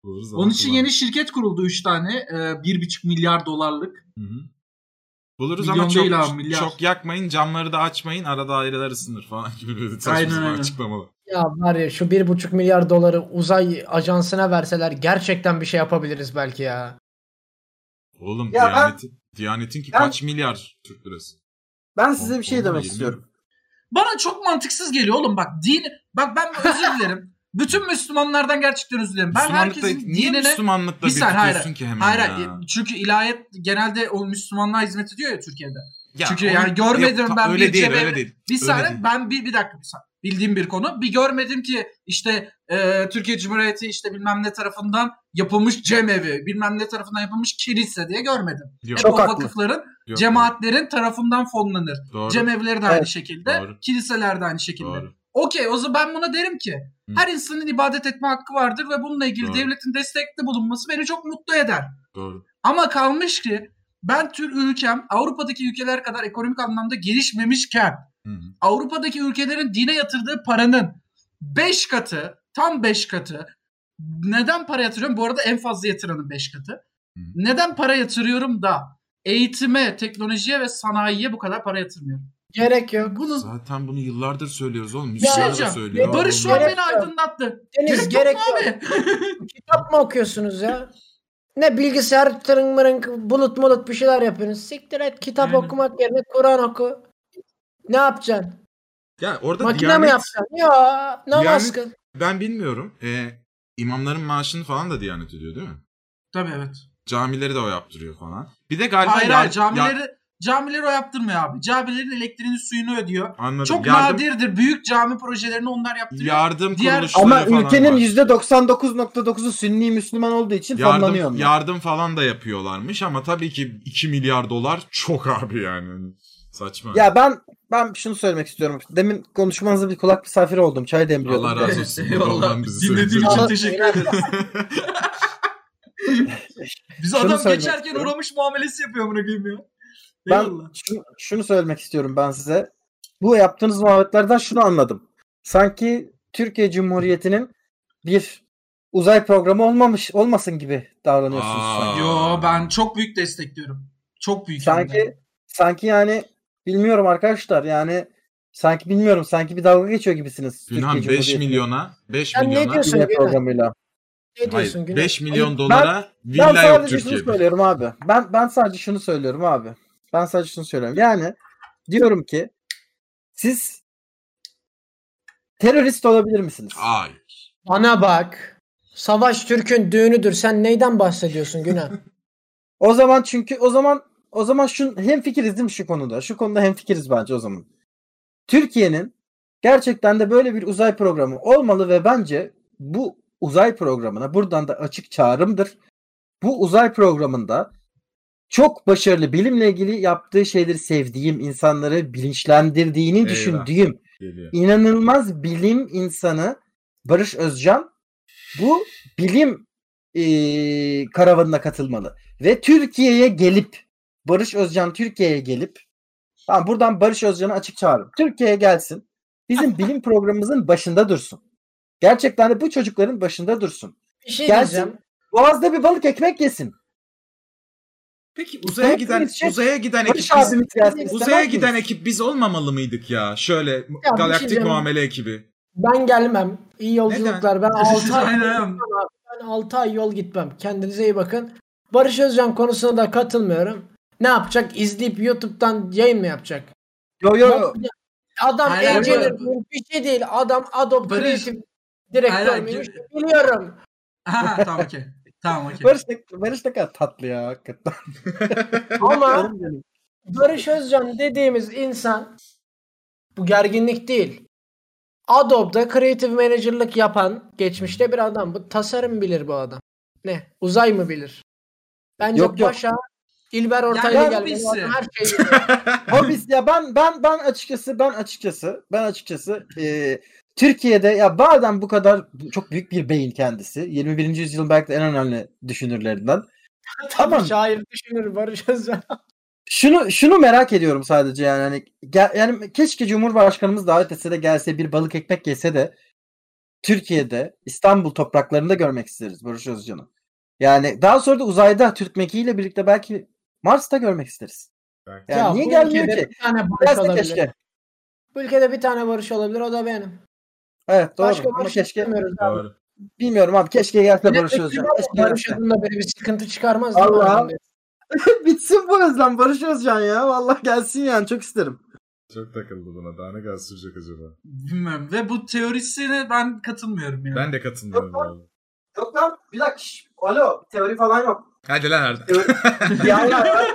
C: Buluruz ama
D: Onun için
C: kullanamayız.
D: yeni şirket kuruldu 3 tane. Ee, 1,5 milyar dolarlık.
C: Hı hı. Buluruz
D: Milyon
C: ama çok,
D: değil abi, milyar.
C: çok yakmayın, camları da açmayın, arada aileler ısınır falan <laughs> gibi böyle saçma
D: Aynen,
C: sapan
D: aynen.
C: açıklamalar.
E: Ya var ya şu 1,5 milyar doları uzay ajansına verseler gerçekten bir şey yapabiliriz belki ya.
C: Oğlum
B: Ya ben-
C: Diyanet'in, Diyanet'in ki
B: Ben-
C: kaç milyar Türk lirası?
B: Ben size bir
C: On-
B: şey
C: on-
B: demek
C: yirmi.
B: istiyorum.
D: Bana çok mantıksız geliyor oğlum bak din bak ben
C: <laughs>
D: özür dilerim. Bütün Müslümanlardan gerçekten özür dilerim. Ben
C: Müslümanlıkta,
D: herkesin
C: niye
D: dinine
C: Müslümanlıkta
D: Bir
C: bir
D: saniye, hayır,
C: tutuyorsun ki hemen
D: Hayır
C: ya?
D: hayır. Çünkü ilahiyat genelde o Müslümanlığa hizmet ediyor ya Türkiye'de.
C: Ya
D: Çünkü
C: onu-
D: yani görmedim
C: Yok, ta-
D: ben
C: öyle
D: bir
C: değil,
D: cebe-
C: öyle değil.
D: Bir
C: Öyle
D: saniye
C: değil.
D: ben bir, bir dakika bir saniye. Bildiğim bir konu. Bir görmedim ki işte e, Türkiye Cumhuriyeti işte bilmem ne tarafından yapılmış cemevi, bilmem ne tarafından yapılmış kilise diye görmedim.
C: Yok,
D: Hep o
B: Çok haklı.
D: vakıfların,
C: yok,
D: cemaatlerin tarafından fonlanır.
C: doğru,
D: Cemevleri de aynı
B: Evet.
D: şekilde,
C: Doğru.
D: kiliseler de aynı şekilde.
C: doğru.
D: Okey o zaman ben buna derim ki
C: Hı.
D: her insanın ibadet etme hakkı vardır ve bununla ilgili
C: Doğru.
D: devletin destekte bulunması beni çok mutlu eder.
C: Doğru.
D: Ama kalmış ki ben tür ülkem Avrupa'daki ülkeler kadar ekonomik anlamda gelişmemişken
C: Hı hı.
D: Avrupa'daki ülkelerin dine yatırdığı paranın 5 katı, tam 5 katı neden para yatırıyorum? Bu arada en fazla yatıranın 5 katı.
C: Hı.
D: Neden para yatırıyorum da eğitime, teknolojiye ve sanayiye bu kadar para yatırmıyorum?
E: Gerek yok.
D: Bunun
C: Zaten bunu yıllardır söylüyoruz oğlum.
E: şey
C: Müslümanlar da
D: diyeceğim.
C: söylüyor.
D: Barış şu an
E: Gerek
D: beni
E: yok.
D: aydınlattı.
E: Deniz
D: Gerek
E: gerek yok.
D: Abi
E: Kitap mı okuyorsunuz ya? Ne bilgisayar tırın mırın bulut mulut bir şeyler yapıyorsunuz. Siktir et kitap
D: Aynen.
E: okumak yerine Kur'an oku. Ne yapacaksın?
C: Ya orada
E: Makine mi
C: Diyanet-
E: yapacaksın? Ya namaz
C: Diyanet-
E: kıl.
C: Ben bilmiyorum. Ee, imamların maaşını falan da Diyanet ödüyor değil mi?
D: Tabii evet.
C: Camileri de o yaptırıyor falan. Bir de galiba
D: Hayır
C: yar-
D: hayır
C: yar-
D: camileri, camileri o yaptırmıyor abi. Camilerin elektriğini suyunu ödüyor.
C: anladım.
D: Çok
C: yardım,
D: nadirdir. Büyük cami projelerini onlar yaptırıyor. <laughs>
C: yardım
D: Diğer-
C: kuruluşları
B: Ama
C: falan
B: ülkenin
C: var.
B: %99.9'u Sünni Müslüman olduğu için fonlanıyor
C: yardım,
B: onlar.
C: yardım falan da yapıyorlarmış ama tabii ki 2 milyar dolar çok abi yani. Saçma.
B: Ya ben ben şunu söylemek istiyorum. Demin konuşmanıza bir kulak misafiri oldum. Çay demliyordum. <laughs>
C: Allah razı olsun.
D: Eyvallah.
C: Babam bizi
D: Dinlediğin
C: sevdiği
D: için
C: için.
E: Allah-
D: teşekkür ederiz. Biz
B: Şunu
D: adam
B: söylemek
D: geçerken
B: istiyorum.
D: uğramış muamelesi yapıyor amına koyayım ya.
B: Ben
D: Eyvallah.
B: şunu, şunu söylemek istiyorum ben size. Bu yaptığınız muhabbetlerden şunu anladım. Sanki Türkiye Cumhuriyeti'nin bir uzay programı olmamış olmasın gibi davranıyorsunuz.
C: Aa,
B: sanki.
D: Yo ben çok büyük destekliyorum. Çok büyük. hem de.
B: Sanki sanki yani bilmiyorum arkadaşlar yani sanki bilmiyorum sanki bir dalga geçiyor gibisiniz.
C: Günhan 5
B: Cumhuriyeti'nin
C: milyona 5
E: Sen ne
C: milyona
E: diyorsun?
B: yine programıyla.
E: Ne diyorsun
C: Hayır,
E: Güney?
C: 5 milyon
B: Ben-
C: dolara
B: Hani Ben
C: villa yok
B: sadece şunu
C: Türkiye'de.
B: söylüyorum abi. Ben ben sadece şunu söylüyorum abi. Ben sadece şunu söylüyorum. Yani diyorum ki siz terörist olabilir misiniz?
C: Hayır.
E: Bana bak. Savaş Türk'ün düğünüdür. Sen neyden
D: <laughs>
E: bahsediyorsun Günah?
B: O zaman çünkü o zaman o zaman şu hem fikiriz değil mi şu konuda? Şu konuda hem fikiriz bence o zaman. Türkiye'nin gerçekten de böyle bir uzay programı olmalı ve bence bu uzay programına buradan da açık çağrımdır. Bu uzay programında çok başarılı bilimle ilgili yaptığı şeyleri sevdiğim insanları bilinçlendirdiğini
C: Eyvah.
B: düşündüğüm
C: Geliyor.
B: inanılmaz bilim insanı Barış Özcan bu bilim eee karavanına katılmalı ve Türkiye'ye gelip Barış Özcan Türkiye'ye gelip tamam buradan Barış Özcan'ı açık çağırın. Türkiye'ye gelsin. Bizim bilim programımızın başında dursun. Gerçekten de bu çocukların başında dursun.
E: Bir şey
B: Gelsin.
E: diyeceğim.
B: Boğaz'da bir balık ekmek yesin.
C: Peki uzaya
B: Hepimiz
C: giden
B: şey-
C: uzaya giden ekip
B: Barış
C: biz,
B: abimiz gelsin.
C: uzaya
B: istemez
C: giden
B: miyiz?
C: ekip biz olmamalı mıydık ya? Şöyle
E: şey
C: galaktik
E: diyeceğim.
C: muamele ekibi.
E: Ben gelmem. İyi yolculuklar. Ben 6 ay,
D: <laughs> Aynen.
E: ben 6 ay yol gitmem. Kendinize iyi bakın. Barış Özcan konusuna da katılmıyorum. Ne yapacak? İzleyip YouTube'dan yayın mı yapacak?
B: Yo yo yo.
E: Adam
D: Hayır, hayır,
E: Ege'dir.
D: hayır.
E: Bir şey değil. Adam Adobe
D: Barış.
E: Creative
D: Hayır,
E: Direktör
D: hayır,
E: müymüş?
D: gir-
E: Biliyorum.
D: Ha tamam okey. Tamam okey.
B: Barış ne, Barış ne kadar tatlı ya <laughs> hakikaten.
E: Ama Barış Özcan dediğimiz insan bu gerginlik değil. Adobe'da creative manager'lık yapan geçmişte bir adam. Bu tasarım bilir bu adam. Ne? Uzay mı bilir? Bence
B: Yok, yok.
E: Paşa İlber Ortaylı
B: Yani
E: gelmeli.
D: biz-
E: Bu adam Her
B: <laughs>
E: şeyi bilir.
B: Hobis ya ben ben ben açıkçası ben açıkçası ben açıkçası e, Türkiye'de ya bazen bu kadar bu çok büyük bir beyin kendisi. 21. yüzyılın belki de en önemli düşünürlerinden. Tamam.
E: Şair düşünür Barış Özcan.
B: Şunu şunu merak ediyorum sadece yani hani gel- yani keşke Cumhurbaşkanımız davet etse de gelse bir balık ekmek yese de Türkiye'de İstanbul topraklarında görmek isteriz Barış Özcan'ı. Yani daha sonra da uzayda Türk mekiğiyle birlikte belki Mars'ta görmek isteriz. Yani
F: Belki.
E: Ya
B: niye
E: bu
B: gelmiyor
E: ülkede
B: ki?
E: Bir tane barış
B: Gelse
E: olabilir.
B: keşke.
E: Bu ülkede bir tane barış olabilir o da benim.
B: Evet doğru.
E: Başka şey
B: Ama
E: barış
B: keşke
E: istemiyoruz abi.
F: Doğru.
B: bilmiyorum abi keşke gelse
E: Ne
B: Barış
E: peki
B: Özcan.
E: var mı?
B: Keşke
E: Barış
B: gelse.
E: adımla böyle bir sıkıntı çıkarmaz değil mi
B: Allah.
E: adam diye.
B: <laughs> Bitsin bu özlem Barış Özcan ya. Vallahi gelsin yani çok isterim.
F: Çok takıldı buna. Daha ne kadar sürecek acaba?
D: Bilmiyorum. Ve bu teorisine ben katılmıyorum yani.
F: Ben de katılmıyorum abi.
B: Yok lan bir dakika. şş, Alo teori falan yok.
F: Hadi lan artık.
B: <laughs> ya, ya, ya.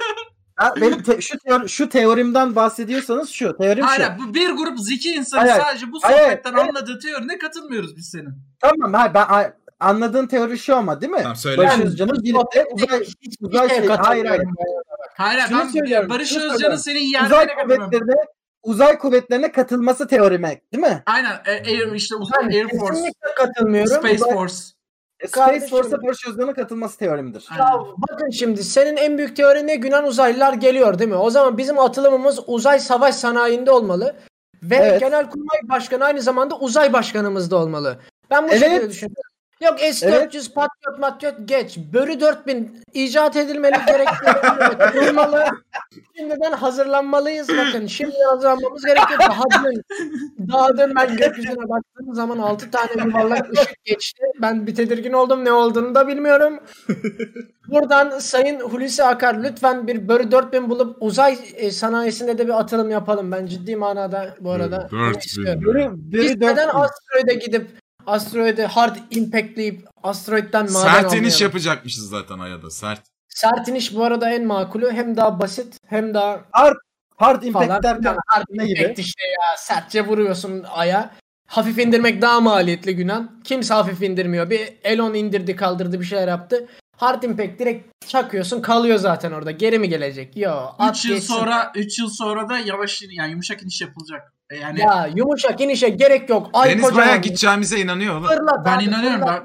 B: Ya benim te- şu, teori- şu teorimden bahsediyorsanız şu teorim şu.
D: Aynen bu bir grup zeki insanın
B: Hayır,
D: sadece bu
B: hayır,
D: sohbetten
B: hayır.
D: anladığı teorine katılmıyoruz biz senin.
B: Tamam hayır ben hayır, anladığın teori şu ama değil mi?
F: Tamam söyle.
B: Barış
E: Ben-
B: Özcan'ın bir de uzay, uzay
E: Hiç
B: şey, hayır hayır.
E: katılmıyorum.
D: Hayır
B: Şunu
D: ben
B: söylüyorum,
D: Barış
B: şunu
D: Özcan'ın
B: söylüyorum.
D: seni yerlere
B: Uzay
D: katılıyorum.
B: kuvvetlerine uzay kuvvetlerine katılması teorime değil mi?
D: Aynen e, Air, işte uzay Air Force,
E: Kesinlikle katılmıyorum.
D: Space
E: Bak-
D: Force.
B: E, Space
E: Kardeşim.
B: Force'a Barış Özcan'ın katılması teorimidir.
E: Ya
D: Aynen.
E: bakın şimdi senin en büyük teorin ne? Yunan uzaylılar geliyor değil mi? O zaman bizim atılımımız uzay savaş sanayinde olmalı. Ve
B: Evet.
E: Genelkurmay Başkanı aynı zamanda uzay başkanımız da olmalı. Ben bu
B: Evet.
E: şekilde düşünüyorum. Yok S-400, Patriot, Matriot geç. Börü 4000 icat edilmeli, gerekli
B: <laughs>
E: olmalı. Şimdiden hazırlanmalıyız bakın. Şimdi hazırlanmamız gerekiyor. Daha dün, daha dün ben gökyüzüne baktığım zaman 6 tane yuvarlak ışık geçti. Ben bir tedirgin oldum. Ne olduğunu da bilmiyorum. Buradan Sayın Hulusi Akar lütfen bir börü 4000 bulup uzay e, sanayisinde de bir atılım yapalım. Ben ciddi manada bu arada. bunu
F: 4000.
E: istiyorum.
B: Biri, biri dört
E: Neden asteroide gidip asteroide hard impactleyip asteroidden maden
C: Sert
E: almayalım?
C: iniş yapacakmışız zaten Aya'da. Sert.
E: Sert iniş bu arada en makulü. Hem daha basit hem daha
B: hard
E: falan.
B: impact derken
E: hard
B: ne gibi?
E: impact işte ya. Sertçe vuruyorsun aya. Hafif indirmek daha maliyetli Günan. Kimse hafif indirmiyor. Bir Elon indirdi kaldırdı bir şeyler yaptı. Hard impact direkt çakıyorsun kalıyor zaten orada. Geri mi gelecek? Yo. at
D: 3 yıl
E: geçsin.
D: sonra 3 yıl sonra da yavaş in- yani yumuşak iniş yapılacak. E, Yani
E: Ya yumuşak inişe gerek yok. Ay
C: Deniz
E: kocaman.
C: bayağı gideceğimize inanıyor oğlum.
E: Fırlat
D: ben
E: abi,
D: inanıyorum
E: fırlat.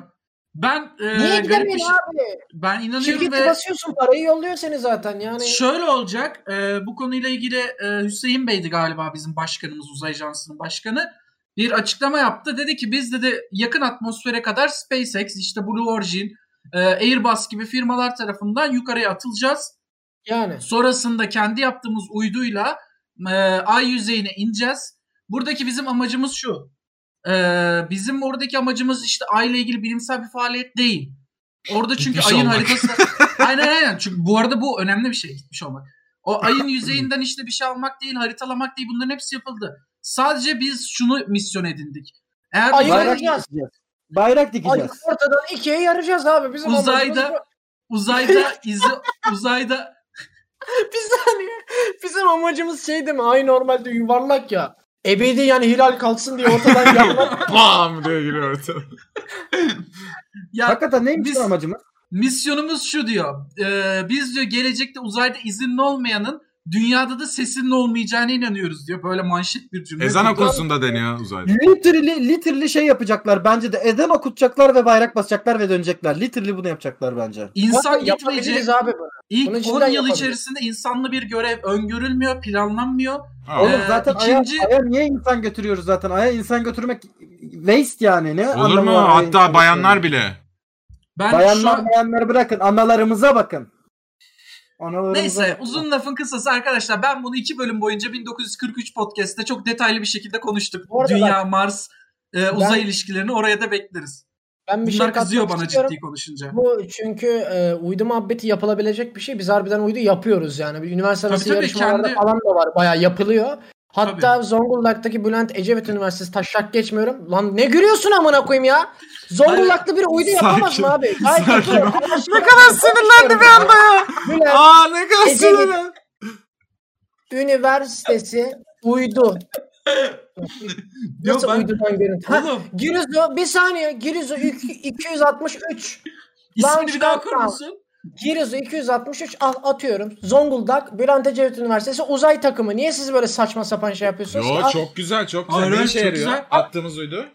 D: ben. Ben e,
E: Niye
D: garip bir
E: gidemeyin
D: şey-
E: abi?
D: ben inanıyorum
E: Şirketi
D: ve
E: basıyorsun parayı yolluyor seni zaten yani.
D: şöyle olacak. e, bu konuyla ilgili e, Hüseyin Bey'di galiba bizim başkanımız Uzay Ajansı'nın başkanı. Bir açıklama yaptı. Dedi ki biz dedi yakın atmosfere kadar SpaceX işte Blue Origin, e, Airbus gibi firmalar tarafından yukarıya atılacağız.
E: Yani.
D: Sonrasında kendi yaptığımız uyduyla e, ay yüzeyine ineceğiz. Buradaki bizim amacımız şu. E, bizim oradaki amacımız işte ayla ilgili bilimsel bir faaliyet değil. Orada çünkü
C: Gitmiş
D: ayın
C: olmak.
D: haritası...
C: <laughs>
D: aynen aynen. Çünkü bu arada bu önemli bir şey gitmiş olmak. O ayın yüzeyinden işte bir şey almak değil, haritalamak değil bunların hepsi yapıldı. Sadece biz şunu misyon edindik. Eğer
E: Ayı
D: uzay-
B: Bayrak
E: Ayıracağız.
B: dikeceğiz. Bayrak
E: Ay,
B: dikeceğiz.
E: ortadan ikiye yarayacağız abi. Bizim
D: Uzayda-
E: amacımız
D: uzayda izi uzayda
E: bu. <laughs> bir saniye. Bizim amacımız şey değil mi? Ay normalde yuvarlak ya. Ebedi yani hilal kalksın diye
D: <laughs>
E: ortadan yuvarlak.
F: Bam diye giriyor
B: <laughs>
F: ortaya.
D: ya
B: Hakikaten neymiş
D: Biz-
B: lan amacımız?
D: Misyonumuz şu diyor. Eee, biz diyor gelecekte uzayda izinli olmayanın dünyada da sesinin olmayacağına inanıyoruz diyor. Böyle manşet bir cümle.
C: Ezan
D: kurdu.
C: okunsun da deniyor uzayda.
B: Literally, literally şey yapacaklar bence de. Eden okutacaklar ve bayrak basacaklar ve dönecekler. Literally bunu yapacaklar bence.
D: İnsan gitmeyecek.
E: Yapabiliriz abi bunu.
D: İlk
E: Bunun
D: 10
E: içinden
D: yıl
E: yapabiliriz.
D: içerisinde insanlı bir görev öngörülmüyor, planlanmıyor.
C: Ha,
B: Oğlum
C: olur.
D: Ee,
B: zaten
D: ikinci-
B: aya, aya niye insan götürüyoruz zaten? Aya insan götürmek waste yani. Ne
C: Olur
B: anlamı
C: mu?
B: var aya insan
C: Hatta bayanlar
B: götürmenin?
C: bile.
D: Ben şu
B: Bayanlar
D: an-
B: bayanları bırakın. Analarımıza bakın. Analarımıza
D: Neyse
B: bakın.
D: uzun lafın kısası arkadaşlar ben bunu iki bölüm boyunca 1943 podcast'te çok detaylı bir şekilde konuştuk.
E: Bu arada
D: Dünya, Mars, e, uzay
E: Ben-
D: ilişkilerini oraya da bekleriz.
E: Ben bir şey
D: Bunlar kızıyor
E: katmak
D: bana
E: istiyorum.
D: ciddi konuşunca.
E: Bu çünkü e, uydu muhabbeti yapılabilecek bir şey. Biz harbiden uydu yapıyoruz yani. Bir üniversite arası
D: Tabii, tabii,
E: yarışmalarda
D: kendi-
E: falan da var. Bayağı yapılıyor. Hatta Zonguldak'taki Bülent Ecevit Üniversitesi taşak geçmiyorum. Lan ne gülüyorsun amına koyayım ya? Zonguldak'ta bir uydu yapamaz
C: Sakin,
E: mı abi? Gayet
C: sakin
E: yapıyor.
C: ol.
E: Ne kadar sinirlendi bir anda ya. Bülent
C: Aa ne kadar
E: Ecevit-
C: sinirli.
E: Üniversitesi uydu.
D: Yok,
E: Nasıl
D: ben-
E: uydudan görüntü? Ha,
D: Oğlum
E: Girizo bir saniye Girizo iki- 263.
D: ismini
E: Launch
D: bir daha
E: Countdown.
D: okur musun?
E: Giresun 263 al Ah, atıyorum. Zonguldak, Bülent Ecevit Üniversitesi uzay takımı. Niye siz böyle saçma sapan şey yapıyorsunuz? ki?
C: Yo
E: Al-
C: çok güzel çok
D: Hayır,
C: güzel. Ne
D: hayır,
C: işe
D: çok
C: yarıyor?
D: güzel.
C: Attığımız uydu.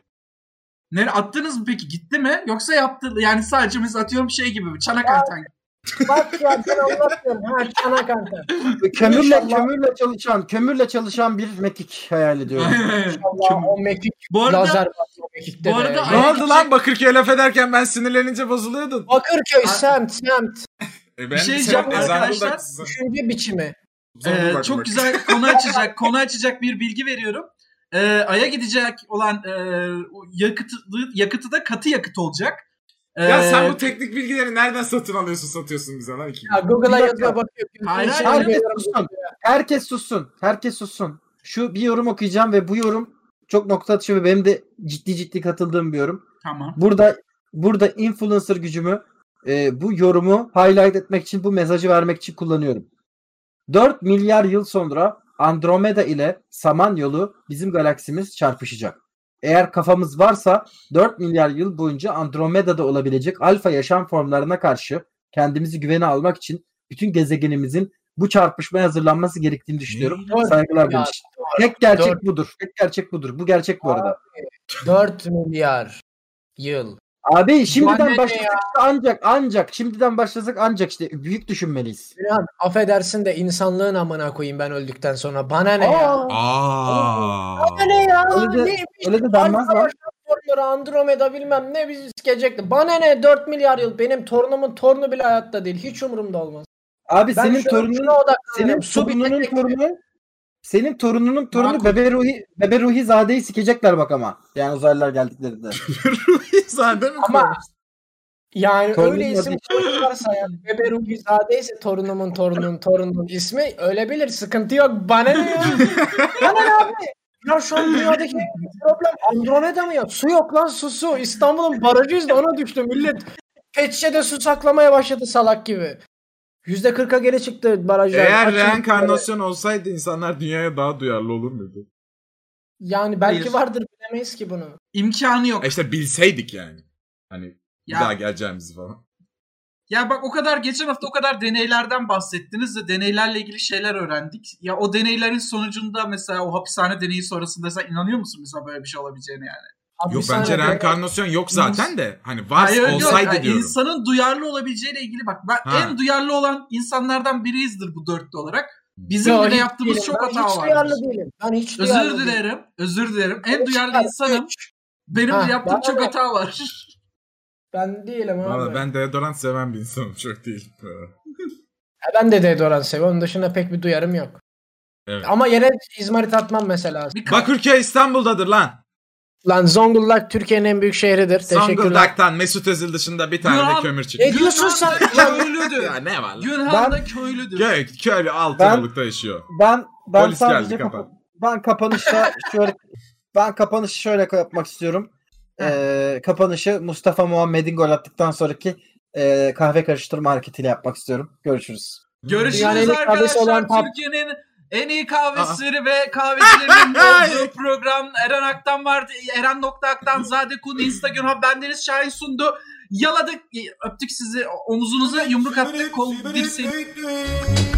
D: Ne attınız mı peki? Gitti mi? Yoksa yaptı yani sadece mesela atıyorum şey gibi mi? Çanak erten.
E: Bak ya ben anlatıyorum. Ha Çanakkale.
B: Kömürle,
E: İnşallah.
B: kömürle çalışan, kömürle çalışan bir mekik hayal
D: <laughs>
B: ediyorum.
E: Allah o mekik
D: bu arada e,
E: lazer var o mekikte
D: bu arada
E: de.
C: Ne
D: Ay, şey-
C: oldu
D: gidecek-
C: lan Bakırköy'e laf ederken ben sinirlenince bozuluyordun.
E: Bakırköy
D: Ay-
E: semt semt.
C: E ben
D: Bir şey
C: sen-
D: diyeceğim
C: e,
D: arkadaşlar.
C: Zonguldak-
E: Düşünce biçimi.
D: Ee,
C: Zonguldak-
D: çok güzel konu açacak konu açacak bir bilgi veriyorum. Ee, Ay'a gidecek olan e, yakıtı, yakıtı da katı yakıt olacak.
C: Ya
D: Ee,
C: sen bu teknik bilgileri nereden satın alıyorsun satıyorsun bize lan
D: <laughs>
C: iki gün.
E: Ya Google'a
B: Bir dakika.
E: yazıyor bakıyor.
D: Hayır,
E: Şey
D: hayır,
B: Herkes
E: görüyorum.
B: sussun. Herkes sussun. Herkes sussun. Şu bir yorum okuyacağım ve bu yorum çok nokta atışı ve benim de ciddi ciddi katıldığım bir yorum.
D: Tamam.
B: Burada burada influencer gücümü e, bu yorumu highlight etmek için bu mesajı vermek için kullanıyorum. 4 milyar yıl sonra Andromeda ile Samanyolu bizim galaksimiz çarpışacak. Eğer kafamız varsa 4 milyar yıl boyunca Andromeda'da olabilecek alfa yaşam formlarına karşı kendimizi güvene almak için bütün gezegenimizin bu çarpışmaya hazırlanması gerektiğini düşünüyorum.
E: Doğru.
B: Saygılar
E: Ya,
B: demiş. Tek gerçek
E: Dört.
B: budur. Tek gerçek budur. Bu gerçek bu arada.
E: 4 milyar yıl.
B: Abi
E: Bu anne
B: şimdiden
E: ne
B: başlasak da ancak ancak şimdiden başlasak ancak işte büyük düşünmeliyiz.
E: Bilmem, affedersin de insanlığın amına koyayım ben öldükten sonra. Bana ne ya?
B: Aa,
F: Aa.
E: Bana ne ya?
B: Öyle de-
E: Neymiş?
B: öyle de denmez
E: Alfa
B: lan.
E: Başkanları, Andromeda bilmem ne bizi sikecekti. Bana ne 4 milyar yıl benim torunumun torunu bile hayatta değil. Hiç umurumda olmaz.
B: abi
E: Ben
B: senin
E: şu-
B: torunun
E: şuna odaklanırım.
B: senin
E: Su bir
B: torununun
E: tek-
B: torunu senin torununun torunu
D: Makul.
B: bebe ruhi bebe ruhi zadeyi sikecekler bak ama. Yani uzaylılar geldiklerinde.
C: Zaten mi?
E: Ama yani
B: Torunun
E: öyle isim varsa yani Bebe Rubizade ise torunumun torununun torununun ismi ölebilir. Sıkıntı yok. Bana ne ya? Bana ne abi? Ya şu an dünyadaki en büyük problem Andromeda mı ya? Su yok lan su su. İstanbul'un barajı yüzde ona düştü millet. Pet şişede su saklamaya başladı salak gibi. Yüzde kırka geri çıktı barajlar.
C: Eğer
E: Açın-
C: reenkarnasyon olsaydı insanlar dünyaya daha duyarlı olur muydu?
E: Yani belki
D: Hayır.
E: vardır bilemeyiz ki bunu.
D: İmkanı yok.
C: E işte bilseydik yani. Hani bir
D: Ya,
C: daha geleceğimizi falan.
D: ya bak o kadar geçen hafta o kadar deneylerden bahsettiniz de deneylerle ilgili şeyler öğrendik. Ya o deneylerin sonucunda mesela o hapishane deneyi sonrasında sen inanıyor musun mesela böyle bir şey olabileceğine yani?
C: Yok
E: Hapishanede-
C: bence reenkarnasyon yok zaten de. Hani var
D: Hayır, yok.
C: olsaydı
D: Yani
C: diyorum.
D: insanın duyarlı olabileceğiyle ilgili bak ben
C: Ha.
D: en duyarlı olan insanlardan biriyizdir bu dörtlü olarak. Bizim
E: Yo,
D: bile
E: hiç
D: yaptığımız
E: değilim.
D: çok
E: Ben
D: hata
E: Hiç
D: var.
E: duyarlı değilim. Ben hiç duyarlı
D: Özür
E: değilim.
D: dilerim. Özür dilerim. En
E: Hiç
D: duyarlı
E: duyarlı
D: insanım.
E: hiç.
D: Benim
E: Ha,
D: de yaptığım
E: bana
D: çok
E: ne?
D: hata var.
E: Ben değilim abi.
C: Valla
E: ben...
C: ben deodorant seven bir insanım çok değil.
E: ben de deodorant seviyorum. Onun dışında pek bir duyarım yok.
C: Evet.
E: Ama yere izmarit atmam mesela.
D: Bir ka-
C: Bakırköy İstanbul'dadır lan.
E: Lan Zonguldak Türkiye'nin en büyük şehridir. Teşekkürler.
C: Zonguldak'tan Mesut Özil dışında bir tane de
D: Yunan-
C: kömür çıktı.
E: Ne diyorsun sen?
D: Gülhan'da köylüdür.
C: Ya ne var lan?
D: Gülhan da köylüdür.
C: Köy, köylü
B: Ben-
C: Altınoluk'ta yaşıyor.
B: Ben ben
C: Polis
B: sadece
C: geldi,
B: kapa-
C: kapat.
B: ben kapanışta şöyle ben kapanışı şöyle yapmak istiyorum. Ee, kapanışı Mustafa Muhammed'in gol attıktan sonraki e, kahve karıştırma hareketiyle yapmak istiyorum. Görüşürüz.
D: Görüşürüz
E: Dünyanın en iyi kahvesi
D: arkadaşlar.
E: olan pub-
D: Türkiye'nin en iyi kahvecileri ve
E: <laughs>
D: kahvecilerinin olduğu program Eren Aktan vardı. Eren nokta Aktan, Zade Kun, Instagram. Bendeniz Şahin Sundu. Yaladık, öptük sizi, omuzunuza yumruk attık, kol, dirseği
A: dirseği.